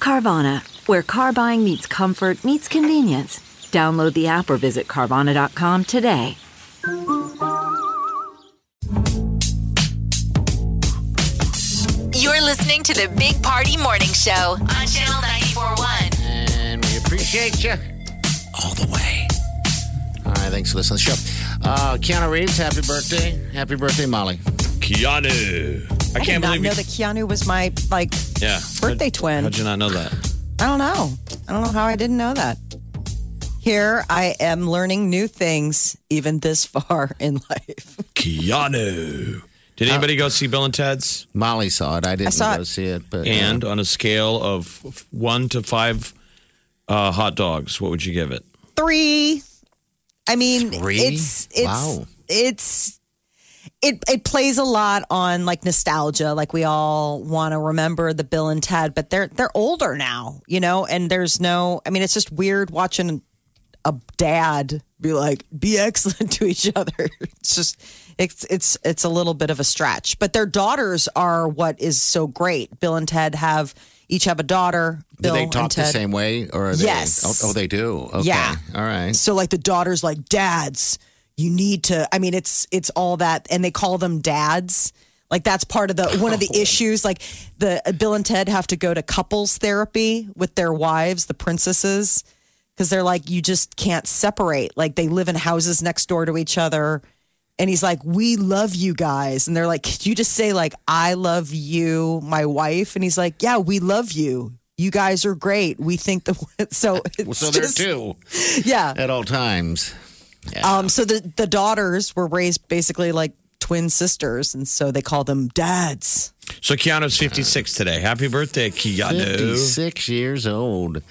Carvana, where car buying meets comfort, meets convenience. Download the app or visit Carvana.com today.
You're listening to the Big Party Morning Show on Channel 941.
And we appreciate you all the way. All right, thanks for listening to the show. Uh, Keanu Reeves, happy birthday. Happy birthday, Molly.
Keanu. I,
I did
can't
not
believe
know
you.
that Keanu was my, like,
yeah.
birthday
How'd-
twin.
How'd you not know that?
I don't know. I don't know how I didn't know that. Here I am learning new things even this far in life.
Keanu. Did anybody go see Bill and Ted's?
Molly saw it. I didn't
saw
go
it.
see it, but uh,
And on a scale of f- one to five uh, hot dogs, what would you give it?
Three. I mean,
Three?
it's it's
Wow.
it's it it plays a lot on like nostalgia. Like we all want to remember the Bill and Ted, but they're they're older now, you know. And there's no. I mean, it's just weird watching a dad be like be excellent to each other it's just it's it's it's a little bit of a stretch but their daughters are what is so great bill and ted have each have a daughter
do
bill
they
and
talk the
Ted.
same way? Or are they,
Yes.
Oh, oh, they do. Okay.
Yeah.
All right.
so like the daughter's like dads you need to i mean it's it's all that and they call them dads like that's part of the one of the issues like the uh, bill and ted have to go to couples therapy with their wives the princesses because they're like you just can't separate like they live in houses next door to each other and he's like we love you guys and they're like could you just say like i love you my wife and he's like yeah we love you you guys are great we think the so it's
So there's
just-
two
yeah
at all times.
um, so the the daughters were raised basically like twin sisters, and so they call them dads.
So Keanu's 56 today. Happy birthday, Keanu.
56 years old.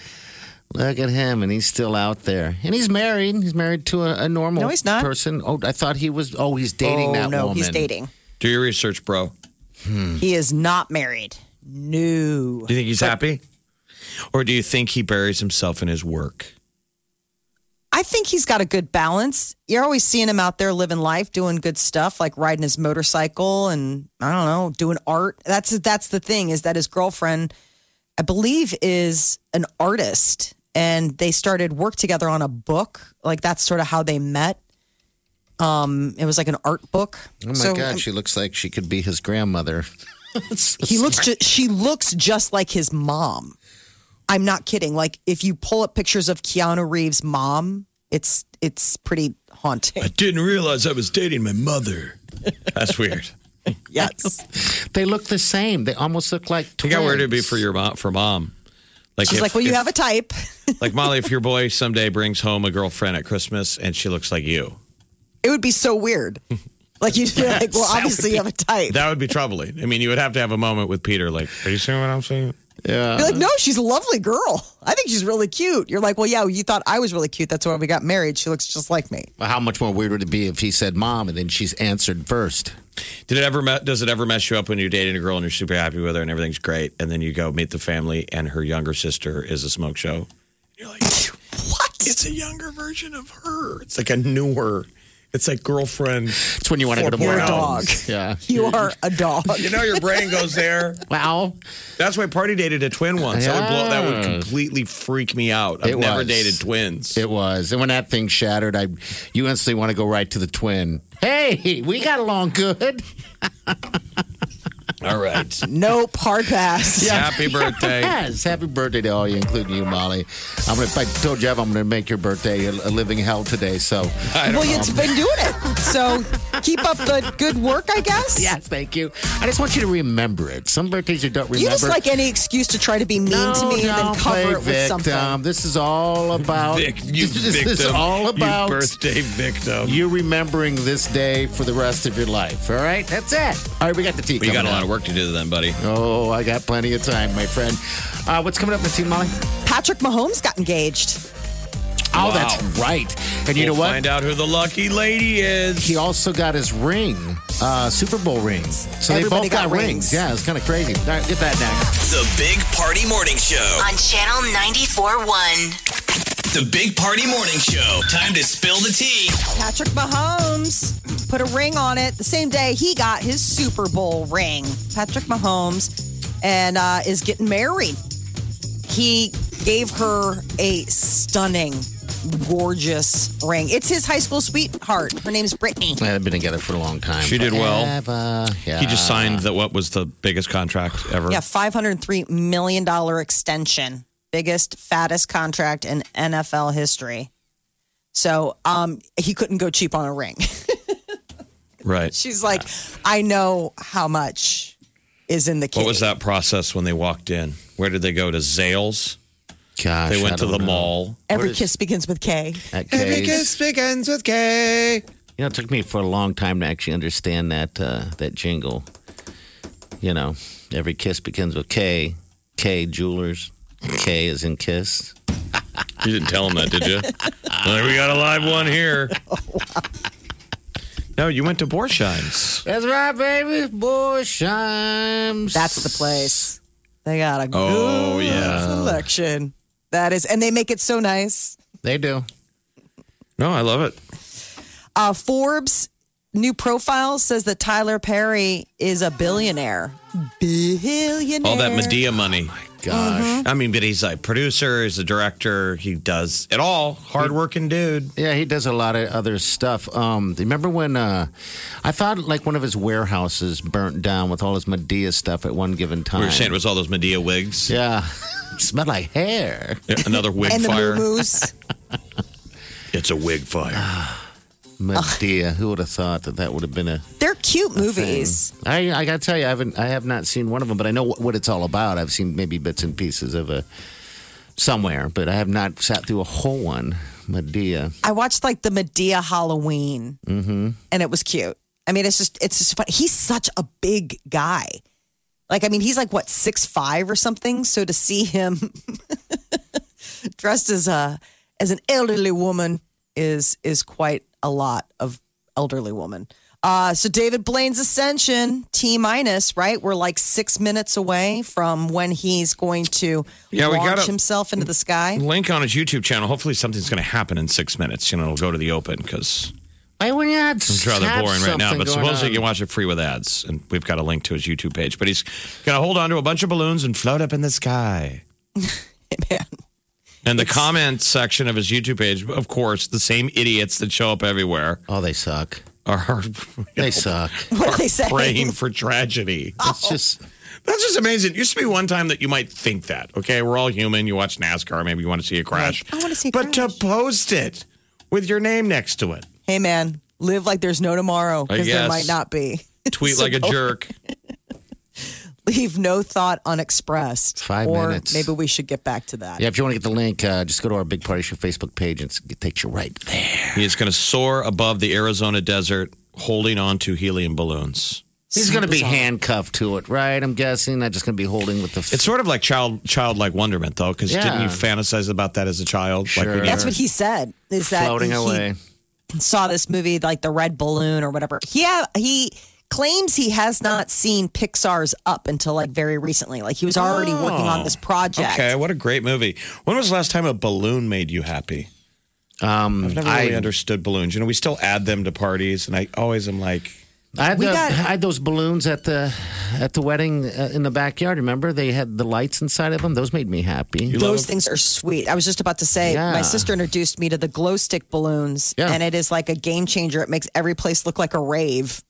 Look at him, and he's still out there. And he's married. He's married to a, a normal
No, he's not.
person. Oh, I thought he was. Oh, he's dating
oh
that
no,
woman. Mm.
he's dating.
Do your research, bro.
He is not married. No.
Do you think he's happy? Or do you think he buries himself in his work?
I think he's got a good balance. You're always seeing him out there living life, doing good stuff, like riding his motorcycle and I don't know, doing art. That's that's the thing is that his girlfriend, I believe, is an artist, and they started work together on a book. Like that's sort of how they met. Um, it was like an art book.
Oh my
um,
God, she looks like she could be his grandmother.
He looks. Ju- she looks just like his mom. I'm not kidding. Like if you pull up pictures of Keanu Reeves' mom, it's it's pretty haunting.
didn't realize I was dating my mother. That's weird.
Yes.
They look the same. They almost look like
I
twins.
think how weird it'd be for your mom. For mom, like
She's
if-
like, well, you
if-
have a type.
like Molly. If your boy someday brings home a girlfriend at Christmas and she looks like you,
It would be so weird. Like you'd be like, well, obviously you have a type.
that would be troubling. I mean, you would have to have a moment with Peter. Like, are you seeing what I'm saying?
You're like, no, she's a lovely girl. I think she's really cute. You're like, well, yeah, you thought I was really cute. That's why we got married. She looks just like me.
How much more weird would it be if he said mom and then she's answered first?
Did it ever? Me- does it ever mess you up when you're dating a girl and you're super happy with her and everything's great, and then you go meet the family and her younger sister is a smoke show? You're like, what? It's a younger version of her. It's like a newer. It's like girlfriend.
It's when you want to go to
You're
more
a
dog.
homes. Yeah.
You are a dog.
You know, your brain goes there.
Wow.
That's why party dated a twin once. That would blow. That would
Yeah.
completely freak me out. I've
It
never
was.
dated twins.
It was. And when that thing shattered, I you instantly want to go right to the twin. Hey, we got along good.
All right.
Nope, hard pass.
Happy birthday.
Yes. Happy birthday to all you, including you, Molly. I'm gonna if I told you I'm gonna make your birthday a, a living hell today. So
Well, it's been doing it. So keep up the good work, I guess.
Yes, thank you. I just want you to remember it. Some birthdays you don't remember.
You just like any excuse to try to be mean to me and then
don't play
cover it with
victim.
something.
This is all about
Vic, you
this,
victim.
is all about
you
you,
birthday victim.
remembering this day for the rest of your life. All right, that's it. All right, we got the tea.
we got a
coming
lot
up.
of work to do then, buddy.
Oh, I got plenty of time, my friend. Uh, what's coming up in the tea, Molly?
Patrick Mahomes got engaged.
Oh,
Wow.
that's right. And you know
we'll
what?
Find out who the lucky lady is.
He also got his ring, uh, Super Bowl ring. So they
Everybody
both got,
got
rings.
rings.
Yeah, it's kind of crazy. All right, get that next.
The Big Party Morning Show.
on Channel 94.1.
The Big Party Morning Show. Time to spill the tea.
Patrick Mahomes put a ring on it the same day he got his Super Bowl ring. Patrick Mahomes and uh, is getting married. He gave her a stunning, gorgeous ring. It's his high school sweetheart. Her name's Brittany.
They've been together for a long time.
She did well.
Forever. Yeah.
He just signed that what was the biggest contract ever.
Yeah, five hundred three million dollar extension, biggest, fattest contract in NFL history. So um, he couldn't go cheap on a ring.
Right.
She's like, I know how much is in the kid.
What was that process when they walked in? Where did they go to Zales?
Gosh,
They
I
went to
don't
the
know.
mall.
Every kiss begins with K.
At Kay's.
begins with K.
You know, it took me for a long time to actually understand that uh, that jingle. You know, every kiss begins with K. K Jewelers. K is in kiss.
You didn't tell him that, did you? Well, we got a live one here. No, you went to Borsheim's.
That's right, baby. Boy, shimes.
That's the place. They got a good
Oh, yeah.
selection. That is, and they make it so nice.
They do.
No, I love it.
Uh, Forbes new profile says that Tyler Perry is a billionaire. Billionaire.
All that Medea
Oh
money.
Gosh.
I mean, but he's like producer, he's a director, he does it all. Hardworking dude.
Yeah, he does a lot of other stuff. Um, remember when uh, I thought like one of his warehouses burnt down with all his Medea stuff at one given time.
We were saying it was all those Medea wigs.
yeah, smelled like hair.
Yeah, Another wig
and the
fire.
moo-moos.
It's a wig fire.
Medea. Who would have thought that that would have been a
They're cute movies.
I, I gotta tell you, I haven't, I have not seen one of them, but I know what, what it's all about. I've seen maybe bits and pieces of a somewhere, but I have not sat through a whole one. Medea.
I watched like the Medea Halloween, and it was cute. I mean, it's just it's just fun. He's such a big guy. Like, I mean, he's like what six five or something. So to see him dressed as a as an elderly woman is is quite a lot of elderly woman. Uh, so David Blaine's ascension, T minus, right? We're like six minutes away from when he's going to
Yeah, we
launch
gotta-
himself into the sky.
Link on his YouTube channel. Hopefully, something's going to happen in six minutes. You know, it'll go to the open because
I would not.
it's rather
have
boring right now.
something
But
going
supposedly,
on.
you can watch it free with ads. And we've got a link to his YouTube page. But he's going to hold on to a bunch of balloons and float up in the sky.
Man.
And the comment section of his YouTube page, of course, the same idiots that show up everywhere
Oh, they suck.
are,
They suck.
What are they saying?
praying for tragedy.
It's just
That's just amazing. It used to be one time that you might think that. Okay, we're all human. You watch NASCAR, maybe you want to see a crash.
I wanna see a
But to post it with your name next to it,
Hey, man, live like there's no tomorrow
I
because there
guess.
might not be.
tweet like a jerk.
Leave no thought unexpressed.
Five
or
minutes.
Maybe we should get back to that.
yeah. If you want to get the link, uh, just go to our Big Party Show Facebook page and it takes you right there.
He is going to soar above the Arizona desert, holding on to helium balloons.
He's going to be handcuffed to it, right? I'm guessing. Not just going to be holding with the.
It's sort of like child childlike wonderment, though, because didn't you
Yeah.
fantasize about that as a child? Like when
Sure.
you-
That's what he said. Is that
floating
he
away.
saw this movie like the Red Balloon or whatever? Yeah, he claims he has not seen Pixar's Up until like very recently. Like he was already
Oh,
working on this project.
okay, what a great movie. When was the last time a balloon made you happy?
Um,
I've never
I,
really understood balloons. You know, we still add them to parties, and I always am like,
I had,
We
the-
got-
I had those balloons at the at the wedding uh, in the backyard. Remember, they had the lights inside of them. Those made me happy.
Those things are sweet. I was just about to say,
Yeah.
my sister introduced me to the glow stick balloons,
Yeah.
and it is like a game changer. It makes every place look like a rave.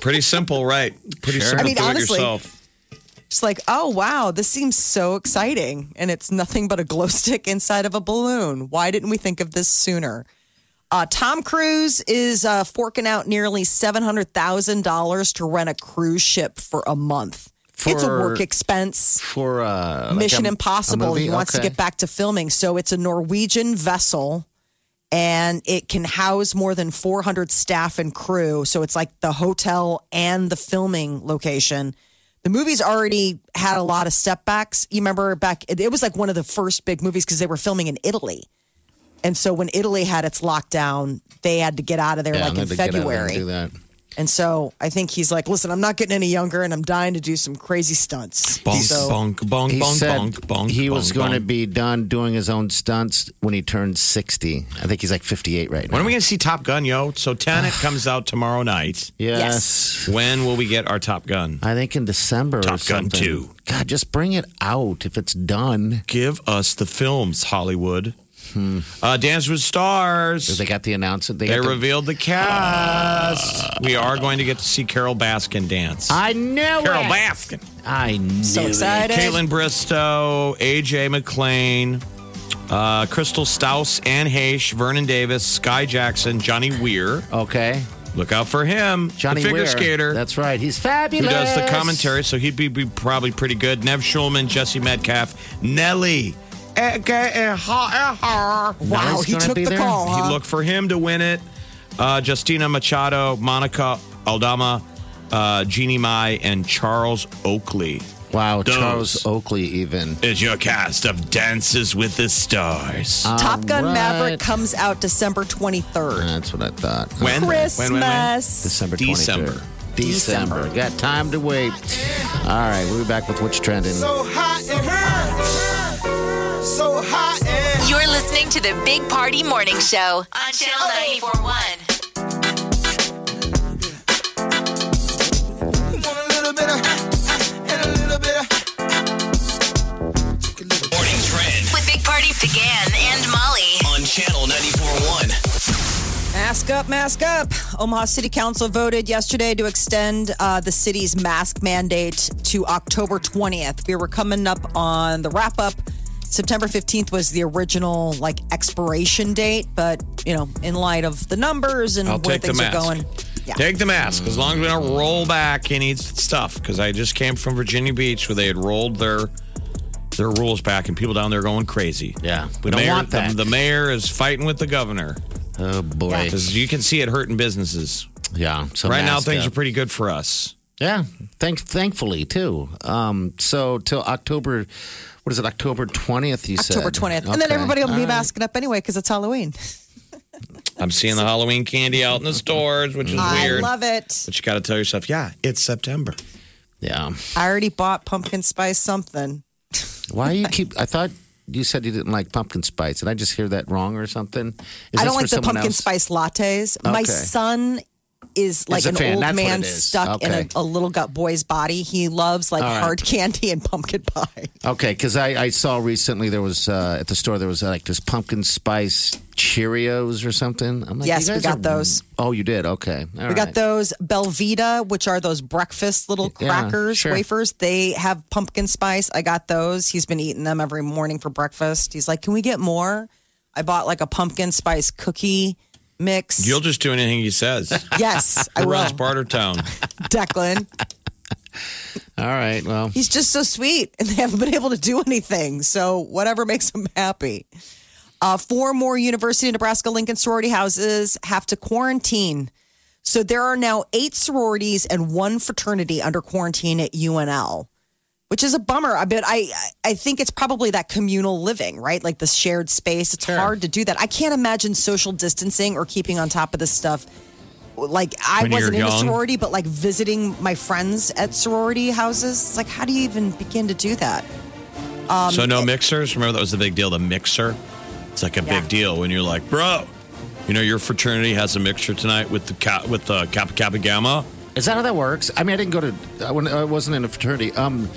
pretty simple, right? Pretty simple.
I mean,
do
honestly,
it yourself.
Just like, oh wow, this seems so exciting, and it's nothing but a glow stick inside of a balloon. Why didn't we think of this sooner? Uh, Tom Cruise is uh, forking out nearly seven hundred thousand dollars to rent a cruise ship for a month. it's a
For-
work expense.
For uh, like
Mission
a- a
Impossible.
movie?
He wants
Okay.
to get back to filming. So it's a Norwegian vessel and it can house more than 400 staff and crew. So it's like the hotel and the filming location. The movie's already had a lot of setbacks. You remember back, it it was like one of the first big movies because they were filming in Italy. And so when Italy had its lockdown, they had to get out of there
Yeah,
like
I'm
in
gonna get out of there and
February.
do that.
And so I think he's like, listen, I'm not getting any younger and I'm dying to do some crazy stunts.
Bonk,
so,
bonk, bonk,
He
bonk,
said
bonk, bonk.
he was
bonk,
going to
bonk.
be done doing his own stunts when he turned 60. I think he's like 58 right now.
When are we going to see Top Gun, yo? So Tenet comes out tomorrow night.
Yes.
When will we get our Top Gun?
I think in December or
Top Gun
something.
2.
God, just bring it out if it's done.
Give us the films, Hollywood. Uh, Dance with Stars.
Hmm. They got the announcement. They,
They
got the-
revealed the cast. we are going to get to see Carol Baskin dance.
I know
Carol
it.
Baskin.
I knew
so excited.
Caitlin Bristow, AJ McLean, uh, Crystal Staus, Anne Heche, Vernon Davis, Sky Jackson, Johnny Weir.
it. Okay.
Look out for him.
Johnny
the figure
Weir.
skater.
That's right. He's fabulous.
who does the commentary, so he'd be, be probably pretty good. Nev Schulman, Jesse Metcalf, Nelly. Eh, AKA Har- Har.
Now
Wow,
he's
he
gonna
took
be
the
there?
call.
eh, He
huh?
looked for him to win it. Uh, Justina Machado, Monica Aldama, uh, Jeannie Mai, and Charles Oakley
Wow,
Those.
Charles Oakley even.
is your cast of Dances with the Stars.
Top Gun
All right.
Maverick comes out December 23rd.
That's what I thought. Uh,
when?
Christmas.
When, when, when?
December 23rd.
December.
December. Got time to wait. All right, we'll be back with What's Trending.
So hot in here. So hot in
You're listening to the Big Party Morning Show on Channel 941.
Want a little bit of, and a little bit of.
Morning trend
With Big Party began and Molly.
on channel 941.
Mask up, mask up. Omaha City Council voted yesterday to extend uh, the city's mask mandate to October 20th. We were coming up on the wrap up. September 15th was the original like expiration date, but you know, in light of the numbers and
I'll
where
take the
things are
mask.
going. Yeah.
Take the mask. As long as we don't roll back any stuff, because I just came from Virginia Beach where they had rolled their their rules back, and people down there going crazy.
Yeah, we
The
don't
mayor-
want that.
The, the mayor is fighting with the governor
oh boy.
because you can see it hurting businesses.
Yeah. So
Right now,
mask
things are
up.
pretty good for us.
Yeah, thank thankfully too. Um, so till October, what is it? October twentieth. You said
October 20th. And then
Okay.
everybody will be
All right.
masking up anyway because it's Halloween.
I'm seeing the Halloween candy out in the stores, which is weird.
I love it.
but you got to tell yourself, yeah, it's September.
Yeah.
I already bought pumpkin spice something.
Why you keep? I thought you said you didn't like pumpkin spice. Did I just hear that wrong or something? Is this
I don't
for
like the
someone
pumpkin
else?
spice lattes. My
Okay.
son is like
a
an
fan.
old
That's what
man
it is.
stuck in a,
Okay.
a little gut boy's body. He loves like
All right.
hard candy and pumpkin pie.
Okay, because I, I saw recently there was uh, at the store there was uh, like this pumpkin spice Cheerios or something. I'm like,
Yes,
you
we
guys
got
are-
those.
Oh, you did. Okay, All
We got
right.
those Belvita, which are those breakfast little
Yeah,
crackers,
sure.
wafers. They have pumpkin spice. I got those. He's been eating them every morning for breakfast. He's like, "Can we get more?" I bought like a pumpkin spice cookie mix.
You'll just do anything he says.
yes, I will,
Ross Bartertown.
Declan.
All right. Well,
He's just so sweet, and they haven't been able to do anything. So whatever makes him happy. Uh, four more University of Nebraska Lincoln sorority houses have to quarantine. So there are now eight sororities and one fraternity under quarantine at UNL, which is a bummer. I bet I I think it's probably that communal living, right? Like the shared space. It's hard to do that. I can't imagine social distancing or keeping on top of this stuff. Like I
When
wasn't
you're
in a
young.
sorority, but like visiting my friends at sorority houses. It's like how do you even begin to do that?
so no mixers. Remember that was the big deal. The mixer. It's like a big deal when you're like, bro, you know your fraternity has a mixer tonight with the ca- with the Kappa Kappa Gamma.
Is that how that works? I mean, I didn't go to. I wouldn't- I wasn't in a fraternity. Um,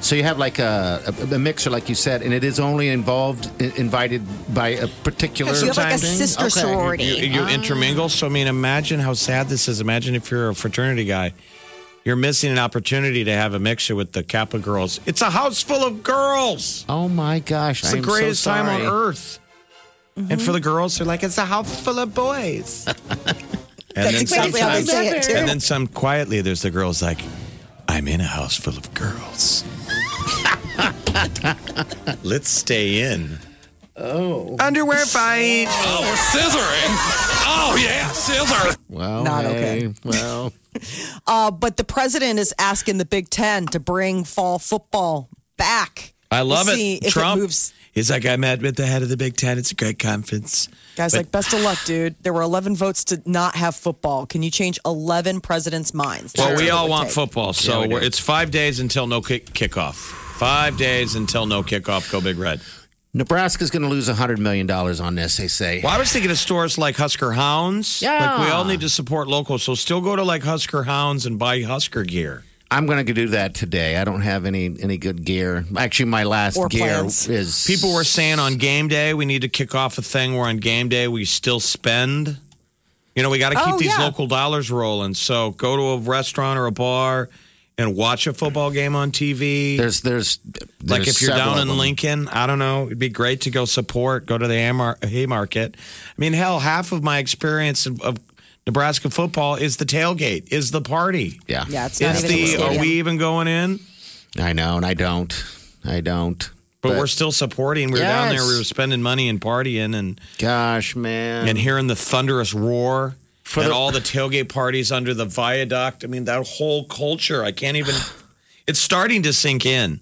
so you have like a, a, a mixer, like you said, and it is only involved i- invited by a particular.
You have like a
thing?
sister
Okay.
sorority.
You, you intermingle. So I mean, imagine how sad this is. Imagine if you're a fraternity guy, you're missing an opportunity to have a mixer with the Kappa girls. It's a house full of girls.
Oh my gosh!
It's
I
the
am
greatest
so
time on
sorry.
earth. And for the girls, they're like, it's a house full of boys. and then
exactly how they
sometimes-
say it, too.
And then some quietly, there's the girls like, I'm in a house full of girls. Let's stay in. Oh. Underwear fight.
Oh, scissoring. Oh, yeah, scissor.
Well,
Not
hey, Well,
Uh, but the president is asking the Big Ten to bring fall football back.
I love
We'll see
it.
If
Trump
it moves.
He's like, I met with the head of the Big Ten. It's a great conference.
Guys, like, best of luck, dude. There were 11 votes to not have football. Can you change 11 presidents' minds?
Well,
That's
we
what it
all
would
want
take.
football, so we're, it's five days until no kick, kickoff. Five days until no kickoff. Go Big Red.
Nebraska's going to lose hundred million dollars on this. They say.
Well, I was thinking of stores like Husker Hounds.
Yeah.
Like we all need to support local, so still go to like Husker Hounds and buy Husker gear.
I'm going to do that today. I don't have any any good gear. Actually, my last
Or
gear
plans.
is
People were saying on game day we need to kick off a thing where on game day we still spend. You know, we got to keep
Oh,
these
yeah.
local dollars rolling. So go to a restaurant or a bar and watch a football game on TV.
There's there's,
like
there's
if you're
several
down
of
in
them.
Lincoln, I don't know, it'd be great to go support, go to the Hamar- Haymarket. I mean, hell, half of my experience of, of Nebraska football is the tailgate, is the party.
Yeah.
Yeah, it's not
It's
even in the
the, are
stadium.
we even going in?
I know, and I don't. I don't.
But, we're still supporting. We were down there,
Yes.
we were spending money and partying and,
Gosh, man.
and hearing the thunderous roar
For
and
the-
all the tailgate parties under the viaduct. I mean, that whole culture, I can't even, it's starting to sink in.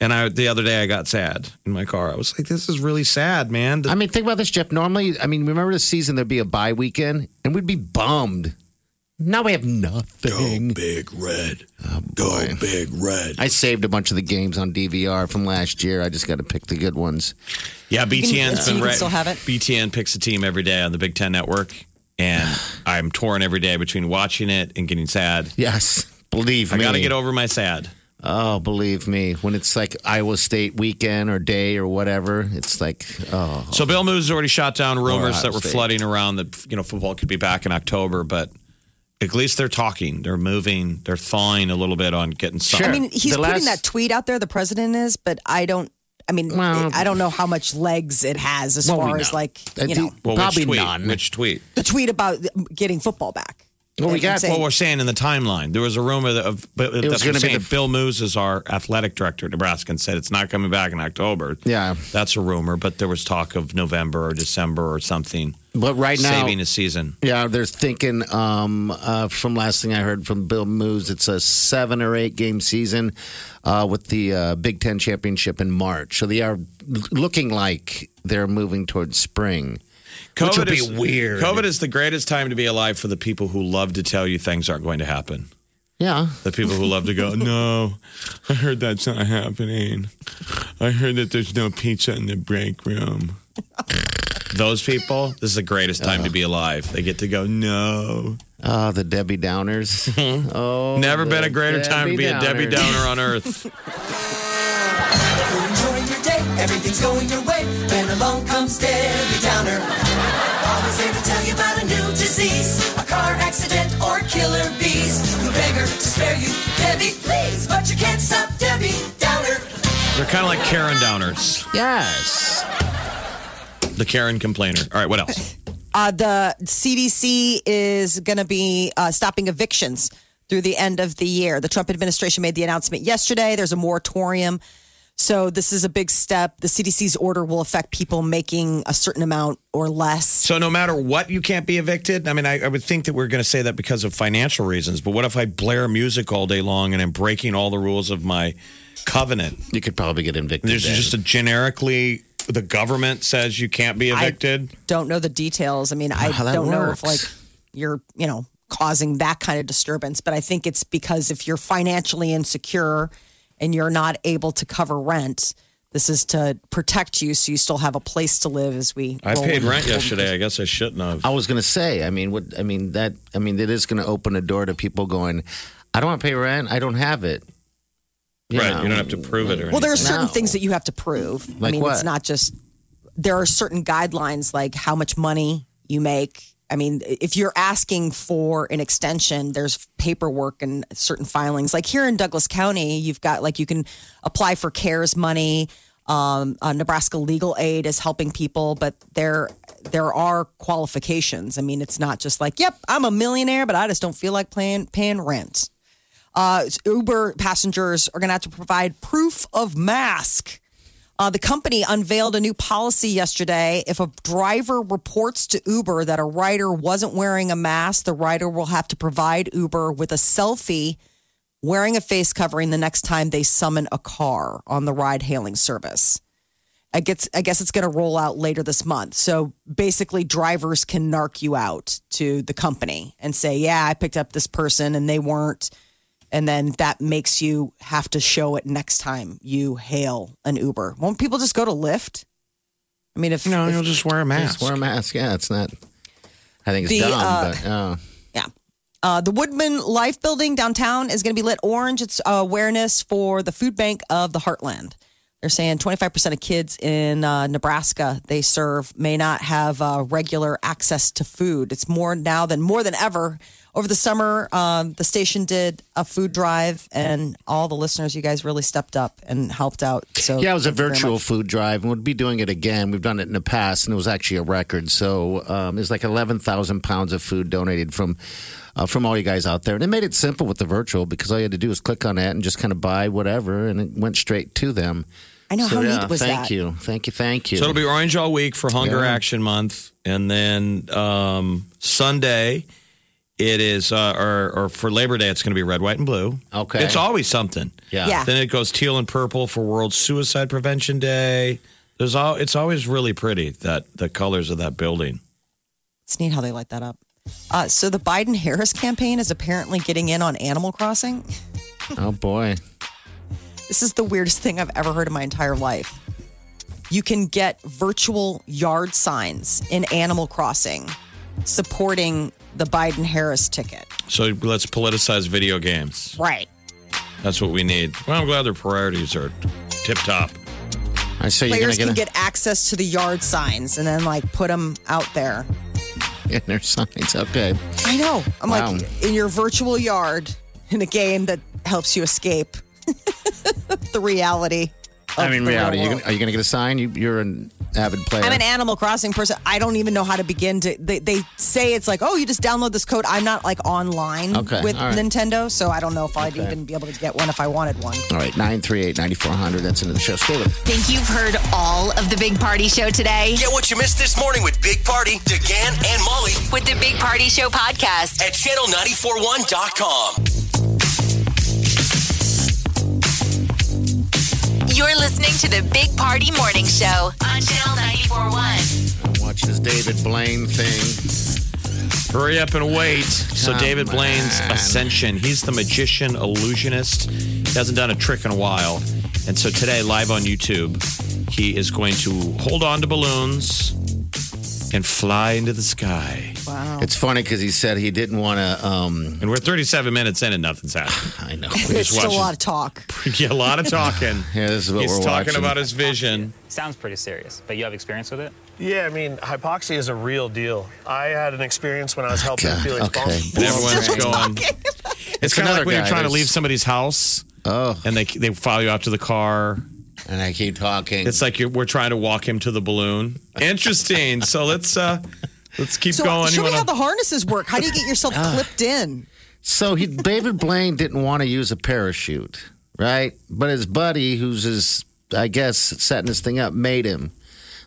And I, the other day, I got sad in my car. I was like, "This is really sad, man." The-
I mean, think about this, Jeff. Normally, I mean, remember this season there'd be a bye weekend, and we'd be bummed. Now we have nothing.
Big Red.
Boy.
Big Red.
I saved a bunch of the games on DVR from last year. I just got to pick the good ones.
Yeah,
can-
BTN's
so
been
you can
right.
still have it?
BTN picks a team every day on the Big Ten Network, and I'm torn every day between watching it and getting sad.
Yes, believe
I
me.
got to get over my sad.
Oh, believe me. When it's like Iowa State weekend or day or whatever, it's like, oh,
So Bill Moose already shot down rumors
Ohio
that were
State.
flooding around that you know football could be back in October, but at least they're talking, they're moving, they're thawing a little bit on getting something.
I mean, he's
The
putting
last-
that tweet out there, the president is, but I don't. I mean,
Well-
I don't know how much legs it has as
Well, we
far as
know. Uh,
like
I
you
do-
know
well,
probably
which tweet?
none.
Which tweet?
the tweet about getting football back.
Well, we
It's
got-
insane.
Well, we're saying in the timeline, there was a rumor that of, but
was
that's what
gonna
I'm
be
saying.
the-
Bill Moose is our athletic director at Nebraska and said it's not coming back in October.
Yeah.
That's a rumor, but there was talk of November or December or something
But right now,
saving a season.
yeah, they're thinking um, uh, from last thing I heard from Bill Moose, it's a seven or eight game season uh, with the uh, Big Ten championship in March. So they are l- looking like they're moving towards spring. Which would be
is-
weird.
COVID is the greatest time to be alive for the people who love to tell you things aren't going to happen.
Yeah.
The people who love to go, no, I heard that's not happening. I heard that there's no pizza in the break room. Those people, this is the greatest time to be alive. They get to go, no.
Oh, the Debbie Downers. oh,
Never
the
been a greater time to be a Debbie
Downers.
Downer on earth.
You're enjoying your day, everything's going your way, when along comes Debbie Downer. Always here to tell you about a new disease, a car accident, or killer bees. We beg her to spare you, Debbie, please, but you can't stop Debbie Downer.
They're kind of like Karen Downers,
Yes.
the Karen complainer. All right, what else?
Uh, the CDC is going to be uh, stopping evictions through the end of the year. The Trump administration made the announcement yesterday. There's a moratorium. So, this is a big step. The CDC's order will affect people making a certain amount or less.
So, no matter what, you can't be evicted. I mean, I, I would think that we're going to say that because of financial reasons, but what if I blare music all day long and I'm breaking all the rules of my covenant?
You could probably get evicted.
There's
then.
just a generically the government says you can't be evicted.
Don't know the details. I mean, I
Wow, that
don't know if,
works.
like, you're, you know, causing that kind of disturbance, but I think it's because if you're financially insecure and you're not able to cover rent, this is to protect you so you still have a place to live as we
I,
roll
paid
in.
rent yesterday. I guess I shouldn't have.
I was gonna say. I mean, what? I mean that. I mean that is gonna open a door to people going. I don't want to pay rent. I don't have it. You
right.
know.
You don't have to prove it
Well,
or anything.
there are certain
No.
things that you have to prove. I
Like
mean, it's
what?
not just there are certain guidelines like how much money you make. I mean, if you're asking for an extension, there's paperwork and certain filings. Like here in Douglas County, you've got like you can apply for CARES money. Um, uh, Nebraska Legal Aid is helping people, but there there are qualifications. I mean, it's not just like, yep, I'm a millionaire, but I just don't feel like paying paying rent. Uh, Uber passengers are going to have to provide proof of mask. Uh, the company unveiled a new policy yesterday. If a driver reports to Uber that a rider wasn't wearing a mask, the rider will have to provide Uber with a selfie wearing a face covering the next time they summon a car on the ride hailing service. I guess, I guess it's going to roll out later this month. So basically, drivers can narc you out to the company and say, Yeah, I picked up this person and they weren't. And then that makes you have to show it next time you hail an Uber. Won't people just go to Lyft? I mean, if,
no,
if-
you'll just wear a mask.
Just wear a mask. Yeah, it's not. I think it's
The,
dumb,
uh,
but uh,
Yeah. Uh, the Woodman Life Building downtown is going to be lit orange. It's uh, awareness for the food bank of the Heartland. They're saying 25% of kids in uh, Nebraska they serve may not have uh, regular access to food. It's more now than more than ever. Over the summer, um, the station did a food drive, and all the listeners, you guys really stepped up and helped out. So
yeah, it was a
Oh, thank you very
virtual
much.
food drive, and we'd be doing it again. We've done it in the past, and it was actually a record. So um, it was like eleven thousand pounds of food donated from uh, from all you guys out there, and it made it simple with the virtual because all you had to do was click on that and just kind of buy whatever, and it went straight to them.
I know
So,
how
yeah,
neat was
thank
that.
you, thank you, thank you.
So it'll be orange all week for Hunger Action Month, and then um, Sunday it is, uh, or, or for Labor Day, it's going to be red, white, and blue.
Okay.
it's always something.
Yeah.
Yeah.
Then it goes teal and purple for World Suicide Prevention Day. There's all. It's always really pretty that the colors of that building.
It's neat how they light that up. Uh, so the Biden Harris campaign is apparently getting in on Animal Crossing.
Oh boy.
This is the weirdest thing I've ever heard in my entire life. You can get virtual yard signs in Animal Crossing supporting the Biden Harris ticket.
So let's politicize video games.
Right.
That's what we need. Well, I'm glad their priorities are tip top.
I say you're gonna
Players
get,
can
a-
get access to the yard signs and then like put them out there.
in their signs. Okay.
I know. I'm
Wow.
like in your virtual yard in a game that helps you escape the reality.
I mean,
the real
reality. You're
world.
gonna, are you going to get a sign? You, you're an avid player.
I'm an Animal Crossing person. I don't even know how to begin to. They, they say it's like, oh, you just download this code. I'm not like online
Okay,
with
all right.
Nintendo, so I don't know if I'd even be able to get one if I wanted one.
All right, 938 9400. That's into the show. Stay with us.
Think you've heard all of the Big Party Show today?
Get what you missed this morning with Big Party, DeGan, and Molly
With the Big Party Show podcast.
at channel941.com.
You're listening to the Big Party Morning Show on Channel 941.
Watch this David Blaine thing.
Hurry up and wait. So
Come
David Blaine's
on.
Ascension. He's the magician illusionist. He hasn't done a trick in a while. And so today, live on YouTube, he is going to hold on to balloons and fly into the sky.
It's funny because he said he didn't want to. Um,
And we're 37 minutes in and nothing's happened.
I know.
It's
just
still a
watching.
lot of talk.
yeah, a lot of talking.
Yeah, this is what
He's
we're
talking
watching.
about his vision.
Sounds pretty serious, but you have experience with it?
Yeah, I mean, hypoxia is a real deal. I had an experience when I was helping
God,
Felix
okay.
Baum.
And everyone's
Still
going.
talking.
It's kind of
another
like when you're
guy
trying to
that's-
leave somebody's house
Oh,
and they, they follow you out to the car.
and I keep talking.
It's like you're, we're trying to walk him to the balloon. Interesting. so let's uh let's keep
So
going. You
show me
wanna-
how the harnesses work. How do you get yourself
Ah.
clipped in?
So he David Blaine didn't want to use a parachute, right? But his buddy, who's his, I guess, setting this thing up, made him.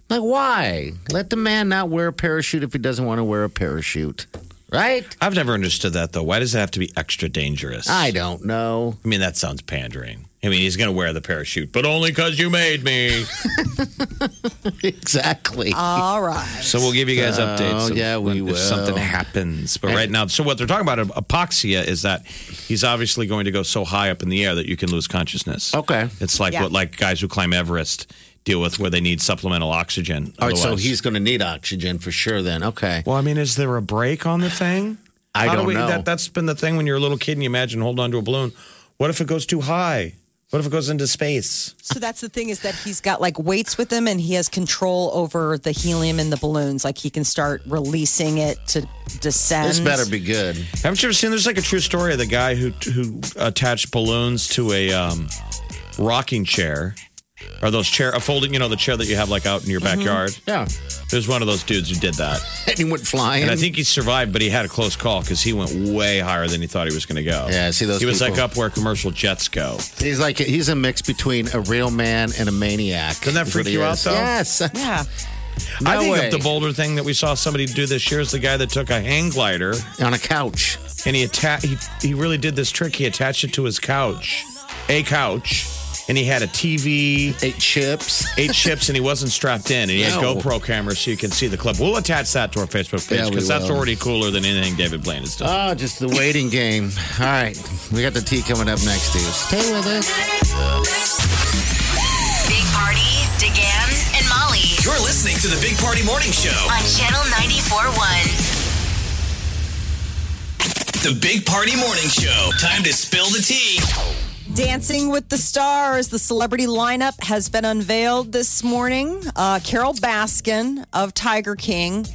Like, why? Let the man not wear a parachute if he doesn't want to wear a parachute, right?
I've never understood that though. Why does it have to be extra dangerous?
I don't know.
I mean, that sounds pandering. I mean, he's going to wear the parachute, but only because you made me.
exactly.
All right.
so we'll give you guys updates.
Oh,
of
yeah, we
when- If something
will.
happens, but right now, so what they're talking about uh, apoxia is that he's obviously going to go so high up in the air that you can lose consciousness.
Okay.
It's like
Yeah.
what like guys who climb Everest deal with, where they need supplemental oxygen.
All right, so
Otherwise-
he's going to need oxygen for sure. Then, okay.
Well, I mean, is there a break on the thing?
I
How do
don't
we,
know.
That, that's been the thing when you're a little kid and you imagine holding onto a balloon. What if it goes too high? What if it goes into space?
So that's the thing is that he's got like weights with him and he has control over the helium in the balloons. Like he can start releasing it to descend.
this better be good.
Haven't you ever seen? There's like a true story of the guy who who attached balloons to a um, rocking chair, or those chair, a folding, you know, the chair that you have like out in your backyard.
Yeah,
There's one of those dudes who did that,
and he went flying.
and I think he survived, but he had a close call because he went way higher than he thought he was going to go.
Yeah, I see those
He was like
people.
up where commercial jets go.
he's like he's a mix between a real man and a maniac.
Doesn't that
is what
freak
he
you out,
is.
though?
Yes.
Yeah.
I
No
think
way.
of the Boulder thing that we saw somebody do this year is the guy that took a hang glider
on a couch.
and he attached. He, he really did this trick. He attached it to his couch, a couch, and he had a TV,
ate chips.
eight chips, and he wasn't strapped in. And he had
No.
GoPro cameras so you can see the clip. We'll attach that to our Facebook page
Yeah, we
because that's
will.
already cooler than anything David Blaine has done.
Oh, just the waiting game. All right, we got the tea coming up next, dude. Stay with us.
Big Party, DeGan, and Molly
You're listening to the Big Party Morning Show.
on Channel 941.
The Big Party Morning Show. Time to spill the tea.
Dancing with the Stars, the celebrity lineup has been unveiled this morning. Uh, Carol Baskin of Tiger King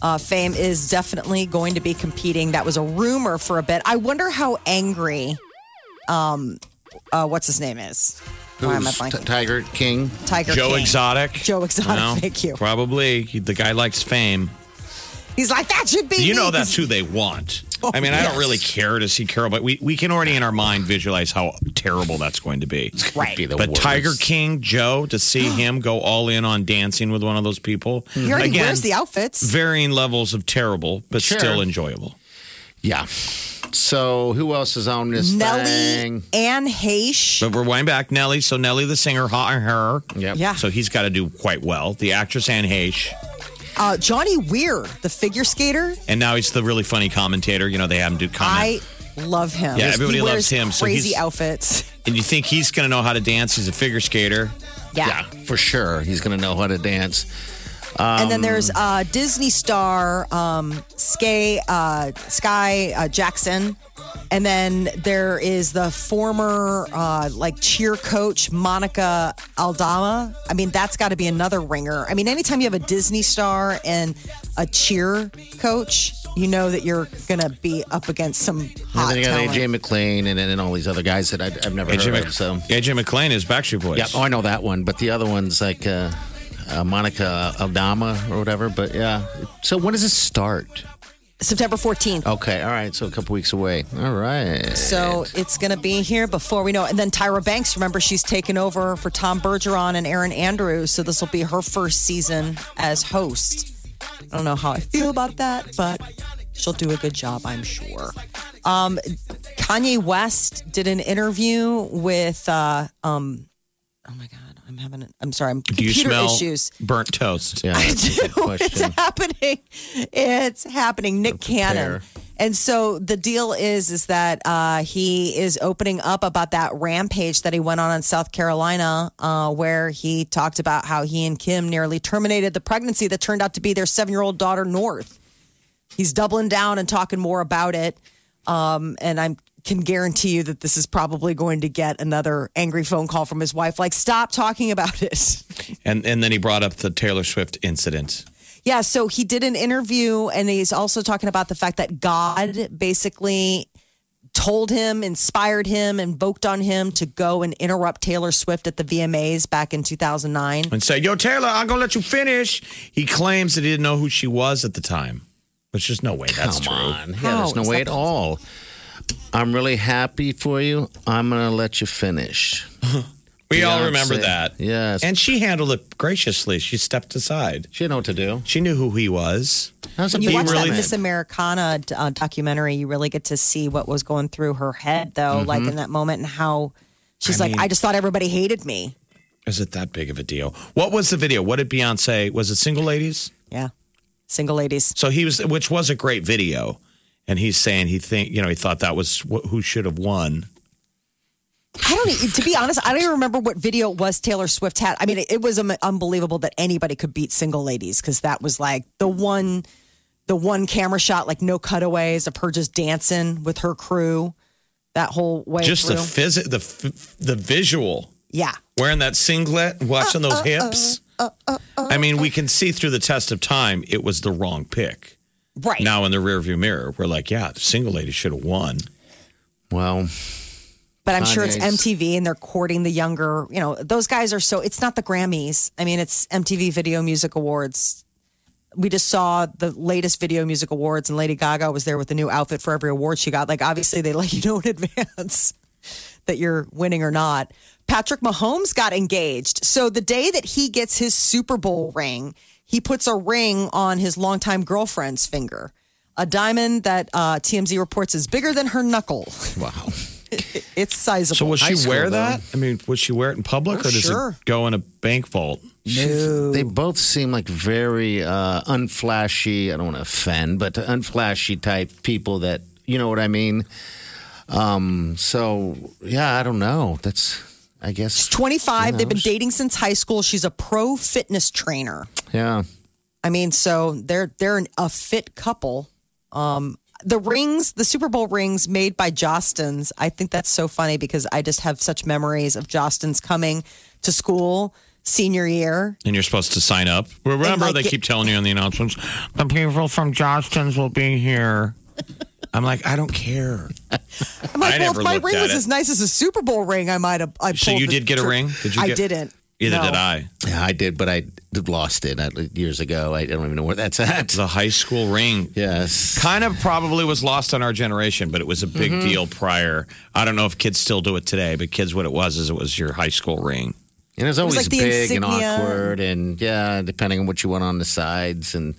uh, fame is definitely going to be competing. That was a rumor for a bit. I wonder how angry, um, uh, what's his name is? Why am I
Who's T-
blanking?
Tiger King.
Tiger
Joe
King.
Exotic.
Joe Exotic, thank you.
Probably He- the guy likes fame.
He's like, that should be.
You
me,"
know
'cause
that's who they want.
Oh,
I mean, I don't
yes.
really care to see Carol, but we, we can already in our mind visualize how terrible that's going to be.
Right.
Be the
but
worst.
Tiger King Joe to see him go all in on dancing with one of those people
He already
again,
wears the outfits.
varying levels of terrible, but
Sure.
still enjoyable.
Yeah. So who else is on this
Nelly
thing?
Ann Heche.
But we're way back Nelly. So Nelly, the singer, hot her.
Yep.
Yeah.
So he's got to do quite well. The actress Anne Heche,
Uh, Johnny Weir, the figure skater.
and now he's the really funny commentator. You know they have him do
I
comment,
love him.
Yeah, everybody
he
loves
wears
him, so
crazy
he's-
outfits.
and you think he's going to know how to dance? He's a figure skater.
Yeah, for sure. He's going to know how to dance.
and then
um,
there's uh, Disney star um, Skye, uh, Sky uh, Jackson. And then there is the former uh, like cheer coach Monica Aldama. I mean, that's got to be another ringer. I mean, anytime you have a Disney star and a cheer coach, you know that you're gonna be up against some
And
hot
then you got
talent.
AJ McLean and, and all these other guys that I, I've never heard
AJ, Mc-
of. So
AJ McLean is Backstreet Boys.
yeah, oh, I know that one, but the other one's like uh, uh, Monica Aldama or whatever. But yeah. So when does it start?
September 14th.
Okay. All right. So a couple weeks away. All right.
So it's going to be here before we know it. And then Tyra Banks, remember, she's taken over for Tom Bergeron and Aaron Andrews. So this will be her first season as host. I don't know how I feel about that, but she'll do a good job, I'm sure. Um, Kanye West did an interview with, uh, um, oh my God, I'm having, an, I'm sorry, I'm
Do you
computer
smell
issues.
burnt toast? Yeah.
I do. It's happening. It's happening. Nick Cannon. And so the deal is, is that uh, he is opening up about that rampage that he went on in South Carolina, uh, where he talked about how he and Kim nearly terminated the pregnancy that turned out to be their seven-year-old daughter North. He's doubling down and talking more about it. Um, and I can guarantee you that this is probably going to get another angry phone call from his wife, like stop talking about it.
And and then he brought up the Taylor Swift incident.
Yeah, so he did an interview and he's also talking about the fact that God basically told him, inspired him, invoked on him to go and interrupt Taylor Swift at the VMAs back in 2009.
and say, "Yo, Taylor, I'm gonna let you finish." He claims that he didn't know who she was at the time, which is no way. That's
Come
true.
on. Yeah, there's no way at all. I'm really happy for you. I'm going to let you finish.
We all
Beyonce.
remember that.
Yes.
And she handled it graciously. She stepped aside.
She didn't know what to do.
She knew who he was.
When you
He
watch
really-
that Miss Americana uh, documentary, you really get to see what was going through her head, though, like in that moment, and how she's
Mm-hmm. I
like,
mean-
I just thought everybody hated me.
Is it that big of a deal? What was the video? What did Beyonce? Was it Single Ladies?
Yeah. Single ladies.
So he was, which was a great video. And he's saying he think you know he thought that was wh- who should have won.
I don't. e- To be honest, I don't even remember what video it was Taylor Swift had. I mean, it, it was um, unbelievable that anybody could beat Single Ladies because that was like the one, the one camera shot, like no cutaways of her just dancing with her crew, that whole way
Just the
through.
phys- the f- the visual
yeah,
wearing that singlet, watching
Uh,
those hips. I mean, we can see through the test of time it was the wrong pick.
right.
Now in the rearview mirror, we're like, yeah, the single lady should have won.
Well,
But I'm sure it's
Kanye's-
MTV and they're courting the younger. You know, those guys are so. It's not the Grammys. I mean, it's MTV Video Music Awards. We just saw the latest Video Music Awards, and Lady Gaga was there with the new outfit for every award she got. Like, obviously, they let you know in advance that you're winning or not. Patrick Mahomes got engaged. So the day that he gets his Super Bowl ring, he puts a ring on his longtime girlfriend's finger, a diamond that uh, TMZ reports is bigger than her knuckle.
wow.
It's sizable.
So will
High
she
school,
wear
though.
that? I mean, would she wear it in public
Oh,
or does
sure.
it go in a bank vault?
She's- They both seem like very uh, unflashy. I don't want to offend, but unflashy type people that you know what I mean. Um. So yeah, I don't know. That's I guess
25. They've been dating since high school. She's a pro fitness trainer.
yeah.
I mean, so they're they're an, a fit couple. Um, the rings, the Super Bowl rings made by Jostins. I think that's so funny because I just have such memories of Jostins coming to school senior year.
And you're supposed to sign up. Remember,
like
they
it-
keep telling you in the announcements, the people from Johnston's will be here. I'm like, I don't care.
I'm like, well,
I never
if my
looked
ring
at
was
it.
as nice as a Super Bowl ring, I might have. I
So
pulled
you
the
did get a
tr-
ring? Did you
I
get-
didn't.
Either
No.
did I.
Yeah, I did, but I d- lost it uh, years ago. I don't even know where that's at.
The high school ring
Yes.
kind of probably was lost on our generation, but it was a big
Mm-hmm.
deal prior. I don't know if kids still do it today, but kids, what it was is it was your high school ring.
And it was always
like the
big and
insignia.
awkward, and yeah, depending on what you want on the sides, and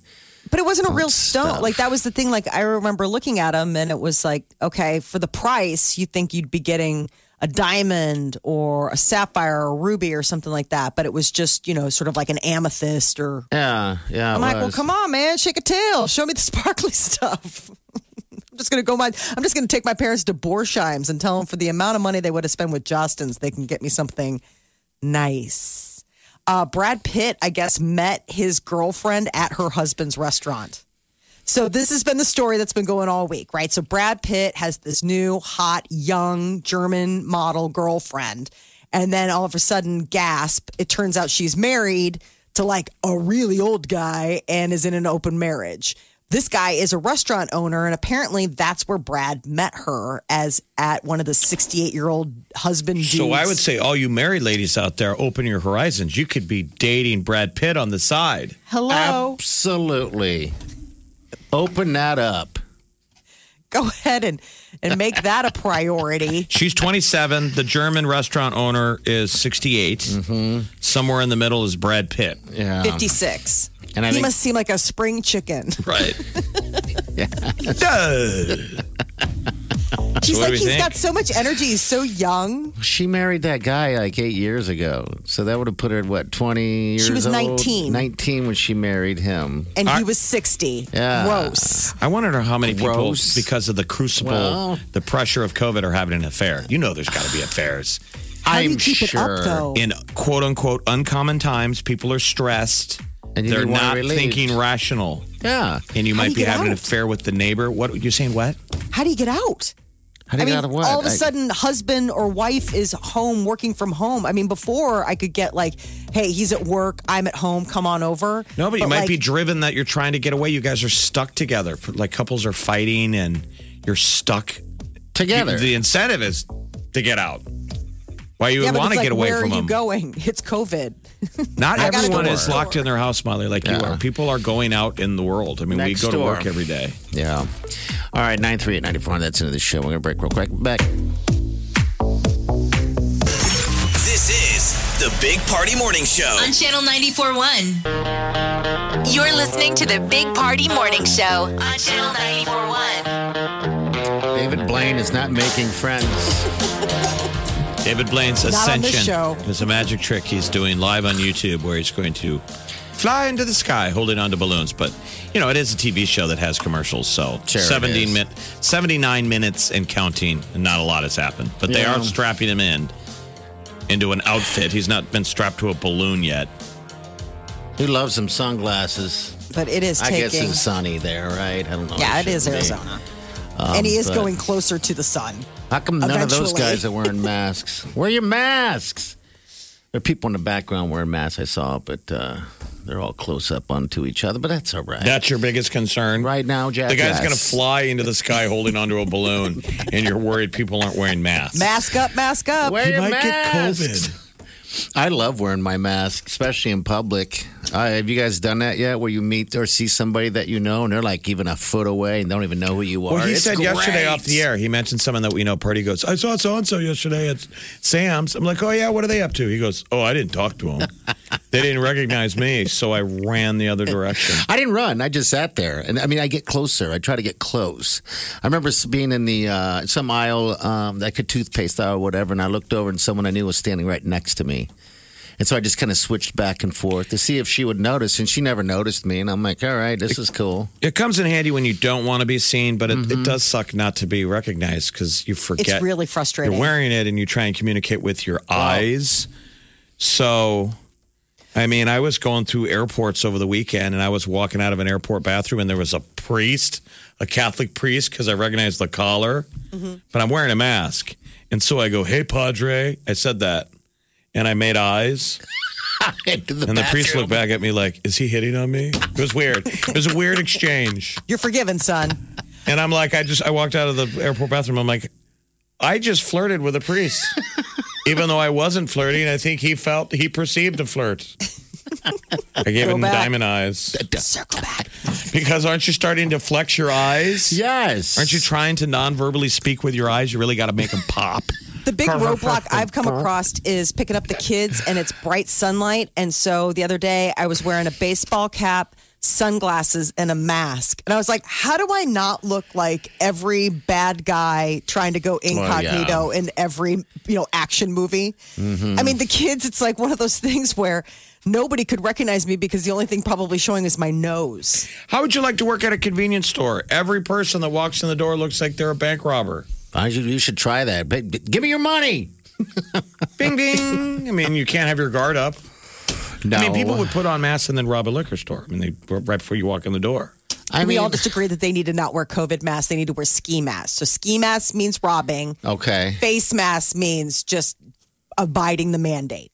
But it wasn't a real stone.
stuff.
Like that was the thing. Like I remember looking at them, and it was like, okay, for the price, you think you'd be getting a diamond or a sapphire or a ruby or something like that. But it was just, you know, sort of like an amethyst or.
yeah, yeah.
I'm like, well, come on, man, shake a tail, show me the sparkly stuff. I'm just gonna go my. I'm just gonna take my parents to Borsheim's and tell them for the amount of money they would have spent with Justin's, they can get me something nice. Uh, Brad Pitt, I guess, met his girlfriend at her husband's restaurant. So this has been the story that's been going all week, right? So Brad Pitt has this new hot young German model girlfriend, and then all of a sudden, gasp! It turns out she's married to like a really old guy and is in an open marriage. This guy is a restaurant owner, and apparently that's where Brad met her as at one of the 68 year old husband dudes.
So I would say, all you married ladies out there, open your horizons. You could be dating Brad Pitt on the side.
Hello.
Absolutely. Open that up.
Go ahead and, and make that a priority.
She's 27. The German restaurant owner is 68.
Mm-hmm.
Somewhere in the middle is Brad Pitt.
Yeah.
56.
And I
he
think-
must seem like a spring chicken.
Right. Duh.
She's
what do
like,
we
he's
think?
got so much energy. He's so young.
She married that guy like eight years ago. So that would have put her at what, 20 years
She was
old?
19.
19 when she married him.
And he was 60.
Yeah.
Gross.
I want to know how many
Gross.
people, because of the crucible,
Well-
the pressure of COVID, are having an affair. You know, there's got to be affairs.
How do
I'm
you keep it
sure.
up, though?
In quote unquote uncommon times, people are stressed.
And you
They're
need one
not
relieved.
thinking rational,
Yeah.
and you
How do
might
you
be
get
having an
out?
affair with the neighbor. What you're saying? What?
How do you get out?
How do you
I mean,
get out of what?
all of a
I-
sudden, husband or wife is home working from home. I mean, before I could get like, hey, he's at work, I'm at home, come on over.
No, but you might
like,
be driven that you're trying to get away. You guys are stuck together. Like couples are fighting, and you're stuck
together.
The incentive is to get out. Why you
Yeah,
would
but
want
it's
to
like,
get away
where
from
are you
them?
going? It's COVID.
Not
I gotta
everyone
go
is
work.
locked in their house, Molly, like you
Yeah.
are. People are going out in the world. I mean,
Next
we go
door.
to work every day.
Yeah. All right, 938 That's into the show. We're going to break real quick. Back.
This is the Big Party Morning Show.
on Channel 94.1. You're listening to the Big Party Morning Show on Channel 94.1.
Oh,
David Blaine is not making friends.
David Blaine's
Not on this
Ascension
show.
is a magic trick he's doing live on YouTube where he's going to fly into the sky holding onto balloons. But, you know, it is a TV show that has commercials. So
Sure it
17
is.
min- 79 minutes and counting, and not a lot has happened. But they
Yeah.
are strapping him in into an outfit. He's not been strapped to a balloon yet.
Who loves some sunglasses?
But it is
I guess
taking.
it's sunny there, right? I don't know.
Yeah, it is
shouldn't be. Um,
Arizona. and he is
but-
going closer to the sun.
How come none of those
Eventually.
guys are wearing masks? Wear your masks. There are people in the background wearing masks, I saw, but uh, they're all close up onto each other, but that's all right.
That's your biggest concern?
right now, Jack.
The guy's
yes.
going to fly into the sky holding onto a balloon, and you're worried people aren't wearing masks.
Mask up, mask up.
Wear your
might get
masks.
COVID.
I love wearing my mask, especially in public. Uh, have you guys done that yet? Where you meet or see somebody that you know and they're like even a foot away and don't even know who you are.
Well, he
It's
said yesterday
great.
off the air, he mentioned someone that we know. Party goes, I saw so and so yesterday at Sam's. I'm like, oh yeah, what are they up to? He goes, oh, I didn't talk to him. they didn't recognize me, so I ran the other direction.
I didn't run. I just sat there, and I mean, I get closer. I try to get close. I remember being in the uh, some aisle, um, like a toothpaste aisle or whatever, and I looked over, and someone I knew was standing right next to me, and so I just kind of switched back and forth to see if she would notice, and she never noticed me, and I'm like, all right, this is cool.
It comes in handy when you don't want to be seen, but it, it does suck not to be recognized because you forget.
It's really frustrating.
You're wearing it and you try and communicate with your eyes. So, I mean, I was going through airports over the weekend and I was walking out of an airport bathroom and there was a priest, a Catholic priest, because I recognized the collar, but I'm wearing a mask. And so I go, Hey, Padre. I said that. And I made eyes.
Into
And the priest
bathroom.
looked back at me like, Is he hitting on me? It was weird. it was a weird exchange.
You're forgiven, son.
And I'm like, I just I walked out of the airport bathroom. I'm like, I just flirted with a priest, even though I wasn't flirting. I think he felt he perceived a flirt. I gave him
back.
diamond eyes
Circle back.
because aren't you starting to flex your eyes?
Yes,
Aren't you trying to non-verbally speak with your eyes? You really got to make them pop.
The big roadblock I've come across is picking up the kids and it's bright sunlight. And so the other day I was wearing a baseball cap, sunglasses, and a mask. And I was like, how do I not look like every bad guy trying to go incognito in every, you know, action movie?
Mm-hmm.
I mean, the kids, it's like one of those things where nobody could recognize me because the only thing probably showing is my nose.
How would you like to work at a convenience store? Every person that walks in the door looks like they're a bank robber.
I should, you should try that. But, but give me your money.
Bing, bing. I mean, you can't have your guard up.
No,
I mean, people would put on masks and then rob a liquor store. I mean, they right before you walk in the door.
I
we
mean,
all just agree that they need to not wear COVID masks. They need to wear ski masks. So ski masks means robbing.
okay,
face mask means just abiding the mandate.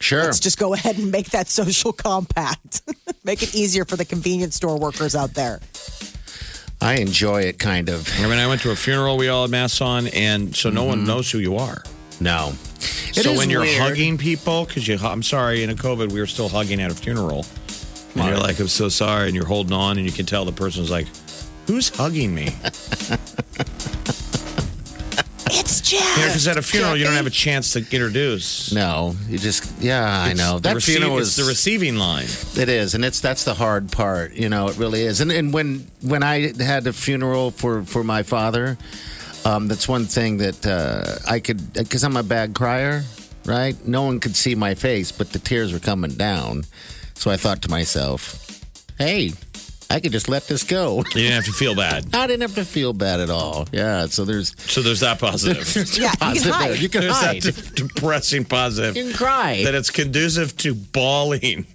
sure.
Let's just go ahead and make that social compact. make it easier for the convenience store workers out there.
I enjoy it kind of.
I mean, I went to a funeral we all had masks on, and so no one knows who you are.
No. It
so
is
when you're
weird.
hugging people, because you, I'm sorry, in a COVID, we were still hugging at a funeral. And you're like, I'm so sorry. And you're holding on, and you can tell the person's like, Who's hugging me?
It's Jeff.
Because at a funeral, you don't have a chance to introduce.
No, you just yeah, I know
It's the
that
receive-
funeral is
it's the receiving line.
It is, and it's that's the hard part. You know, it really is. And and when when I had a funeral for for my father, um, that's one thing that uh, I could because I'm a bad crier, right? No one could see my face, but the tears were coming down. So I thought to myself, "Hey, I could just let this go."
You didn't have to feel bad.
I didn't have to feel bad at all. Yeah. So there's
So there's that positive.
there's
Yeah, you can
positive.
hide.
You can
there's
hide.
that de- depressing positive.
You can cry.
That it's conducive to bawling.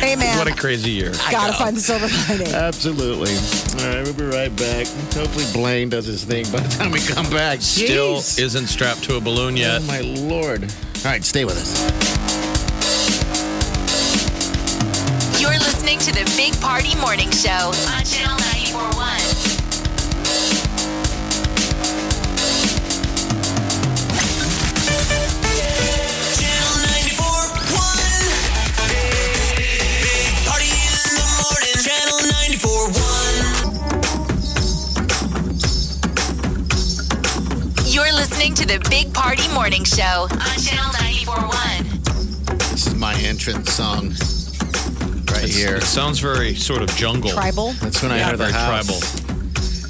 Hey, man.
What a Uh, crazy year.
Gotta find the silver lining.
Absolutely. All right, we'll be right back. Hopefully, Blaine does his thing by the time we come back.
Still
Jeez.
isn't strapped to a balloon yet.
Oh, my Lord. All right, stay with us.
You're listening to the Big Party Morning Show on Channel 941.
Channel 94.1. Big Party in the morning. Channel 94.1.
You're listening to the Big Party Morning Show on Channel 941.
This is my entrance song right
It's-
here.
It sounds very sort of jungle.
Tribal.
That's when I
Yeah,
heard the
very
house.
tribal.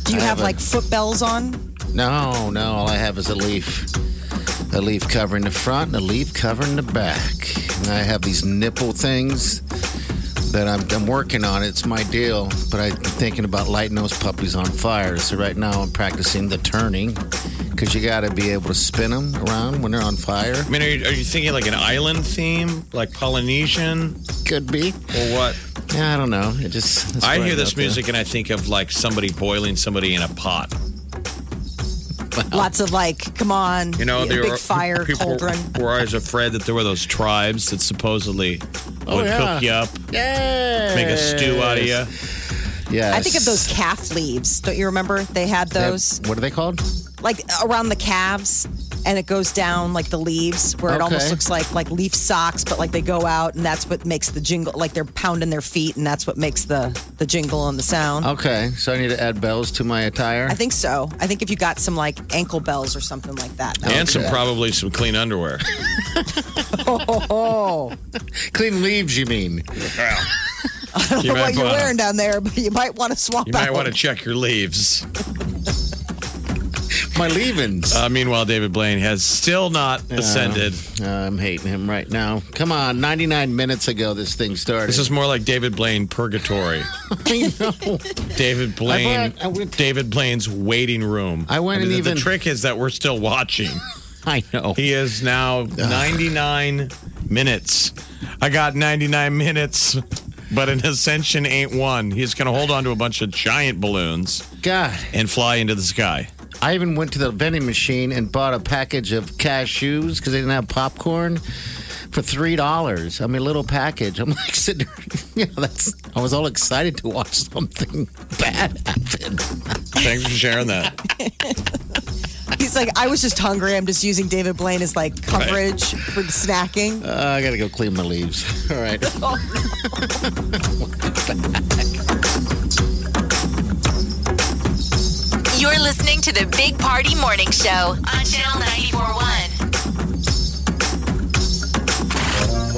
Do you
I
have,
have a-
like foot bells on?
No, no, all I have is a leaf. A leaf covering the front and a leaf covering the back. And I have these nipple things that I'm, I'm working on. It's my deal, but I'm thinking about lighting those puppies on fire. So right now I'm practicing the turning because you got to be able to spin them around when they're on fire.
I mean, are you, are you thinking like an island theme, like Polynesian,
Could be.
or what?
Yeah, I don't know. It just. that's
I
what
hear
I'm
this
out there.
music and I think of like somebody boiling somebody in a pot.
Lots of like, come on.
You know,
a
there
big
are
fire
people
cauldron.
were always afraid that there were those tribes that supposedly would
Oh, yeah.
cook you up,
Yes.
make a stew out of you.
Yes.
I think of those calf leaves. Don't you remember? They had
They have-
those
What are they called?
like around the calves and it goes down like the leaves where it
Okay.
almost looks like like leaf socks, but like they go out and that's what makes the jingle like they're pounding their feet and that's what makes the the jingle and the sound.
Okay, so I need to add bells to my attire.
I think so. I think if you got some like ankle bells or something like that. that
And some probably some clean underwear.
Clean leaves, you mean?
would-
You
what
might
you're
wanna-
wearing down there, but you might want to swap
You
out.
might want to check your leaves.
My leavings.
Uh, meanwhile, David Blaine has still not ascended.
Uh, I'm hating him right now. Come on, 99 minutes ago this thing started.
This is more like David Blaine purgatory.
I know.
David Blaine,
I went-
David Blaine's waiting room.
I went and
the,
even-
The trick is that we're still watching.
I know.
He is now 99 minutes. I got 99 minutes, but an ascension ain't one. He's going to hold on to a bunch of giant balloons
God,
and fly into the sky.
I even went to the vending machine and bought a package of cashews because they didn't have popcorn for three dollars. I mean, little package. I'm like sitting, there, you know, that's. I was all excited to watch something bad happen.
Thanks for sharing that.
He's like, I was just hungry. I'm just using David Blaine as like coverage for snacking.
Uh, I gotta go clean my leaves. All right.
You're listening to the Big Party Morning Show on Channel 941.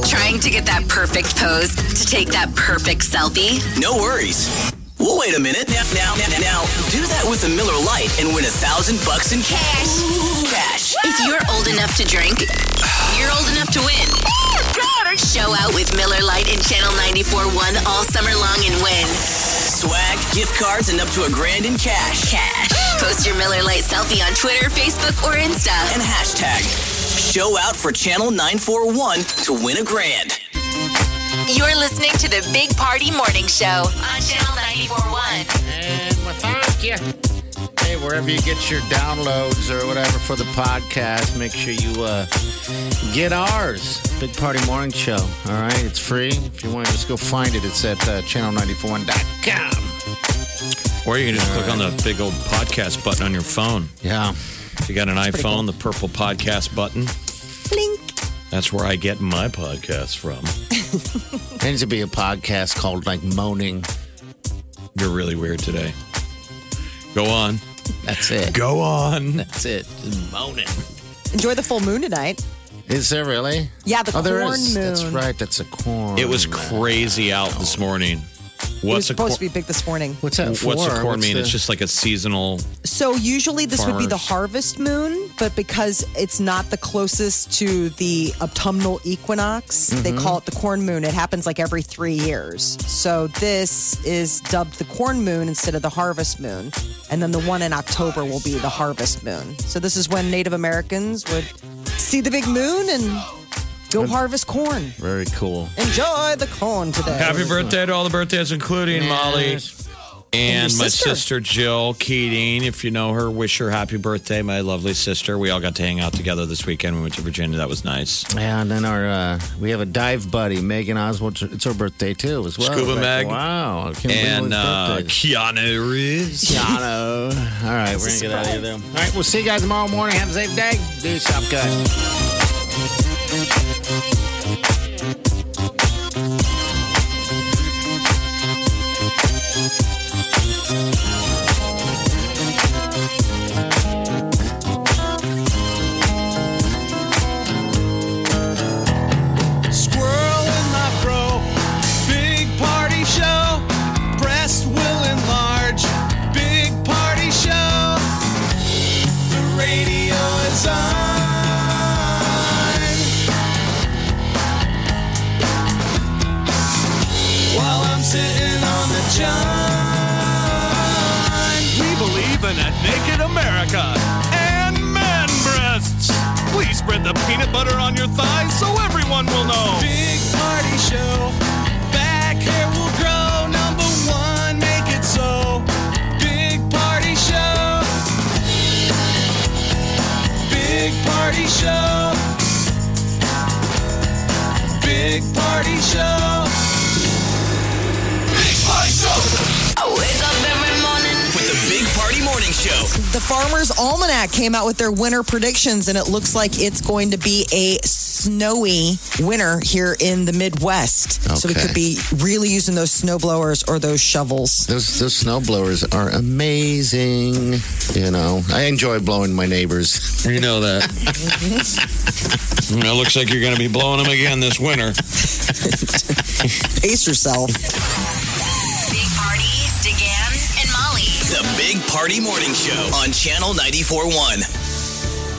Trying to get that perfect pose to take that perfect selfie?
No worries. Well, wait a minute. Now, now, now, now, do that with a Miller Lite and win a thousand bucks in cash. Cash.
If you're old enough to drink, you're old enough to win. Show out with Miller Lite and Channel 94.1 all summer long and win.
Swag, gift cards, and up to a grand in cash.
Cash. Post your Miller Lite selfie on Twitter, Facebook, or Insta.
And hashtag show out for Channel 941 to win a grand.
You're listening to the Big Party Morning Show on Channel 94.1.
And well, thank you. Hey, wherever you get your downloads or whatever for the podcast, make sure you uh, get ours. Big Party Morning Show. All right, it's free. If you want to just go find it, it's at uh, channel941.com.
Or you can just click on the big old podcast button on your phone.
Yeah.
If you got an
That's pretty
iPhone, the purple podcast button. That's where I get my podcast from.
There needs to be a podcast called like Moaning.
You're really weird today. Go on.
That's it.
Go on.
That's it. Moaning.
Enjoy the full moon tonight.
Is there really?
Yeah, the
oh, there
corn
is. That's
moon.
right. That's a corn.
It was crazy out this morning.
It was
What's a
supposed
cor-
to be big this morning.
What's that for?
What's a corn
What's
mean?
the-
It's just like a seasonal.
So usually this would be the
Farmers.
harvest moon, but because it's not the closest to the autumnal equinox, they
Mhm.
call it the corn moon. It happens like every three years. So this is dubbed the corn moon instead of the harvest moon. And then the one in October will be the harvest moon. So this is when Native Americans would see the big moon and go harvest corn.
Very cool.
Enjoy the corn today.
Happy birthday to all the birthdays, including Molly and,
your
my
sister.
sister Jill Keating. If you know her, wish her happy birthday, my lovely sister. We all got to hang out together this weekend. We went to Virginia. That was nice.
Yeah, and then our uh, we have a dive buddy, Megan Oswald. It's her birthday too, as well.
Scuba
Like,
Meg.
Wow. I can't believe all
And
these
uh,
birthdays.
Keanu Reeves.
Keanu. All right, we're gonna get out of here. Then. All right, we'll see you guys tomorrow morning. Have a safe day. Do yourself good.
Squirrel in my fro. Big party show. Breast will enlarge. Big party show. The radio is on. While I'm sitting on the john. We believe in a naked America and man breasts. Please spread the peanut butter on your thighs so everyone will know. Big party show. Back hair will grow. Number one, make it so. Big party show. Big party show. Big party show. Big party show.
I wake up every morning.
With the Big Party Morning Show.
The Farmer's Almanac came out with their winter predictions, and it looks like it's going to be a snowy winter here in the Midwest. So we
Okay.
could be really using those snow blowers or those shovels.
Those those snow blowers are amazing. You know, I enjoy blowing my neighbors.
You know that. it looks like you're going to be blowing them again this winter.
Pace yourself.
Big Party, DeGan, and Molly.
The Big Party Morning Show on Channel 94.1.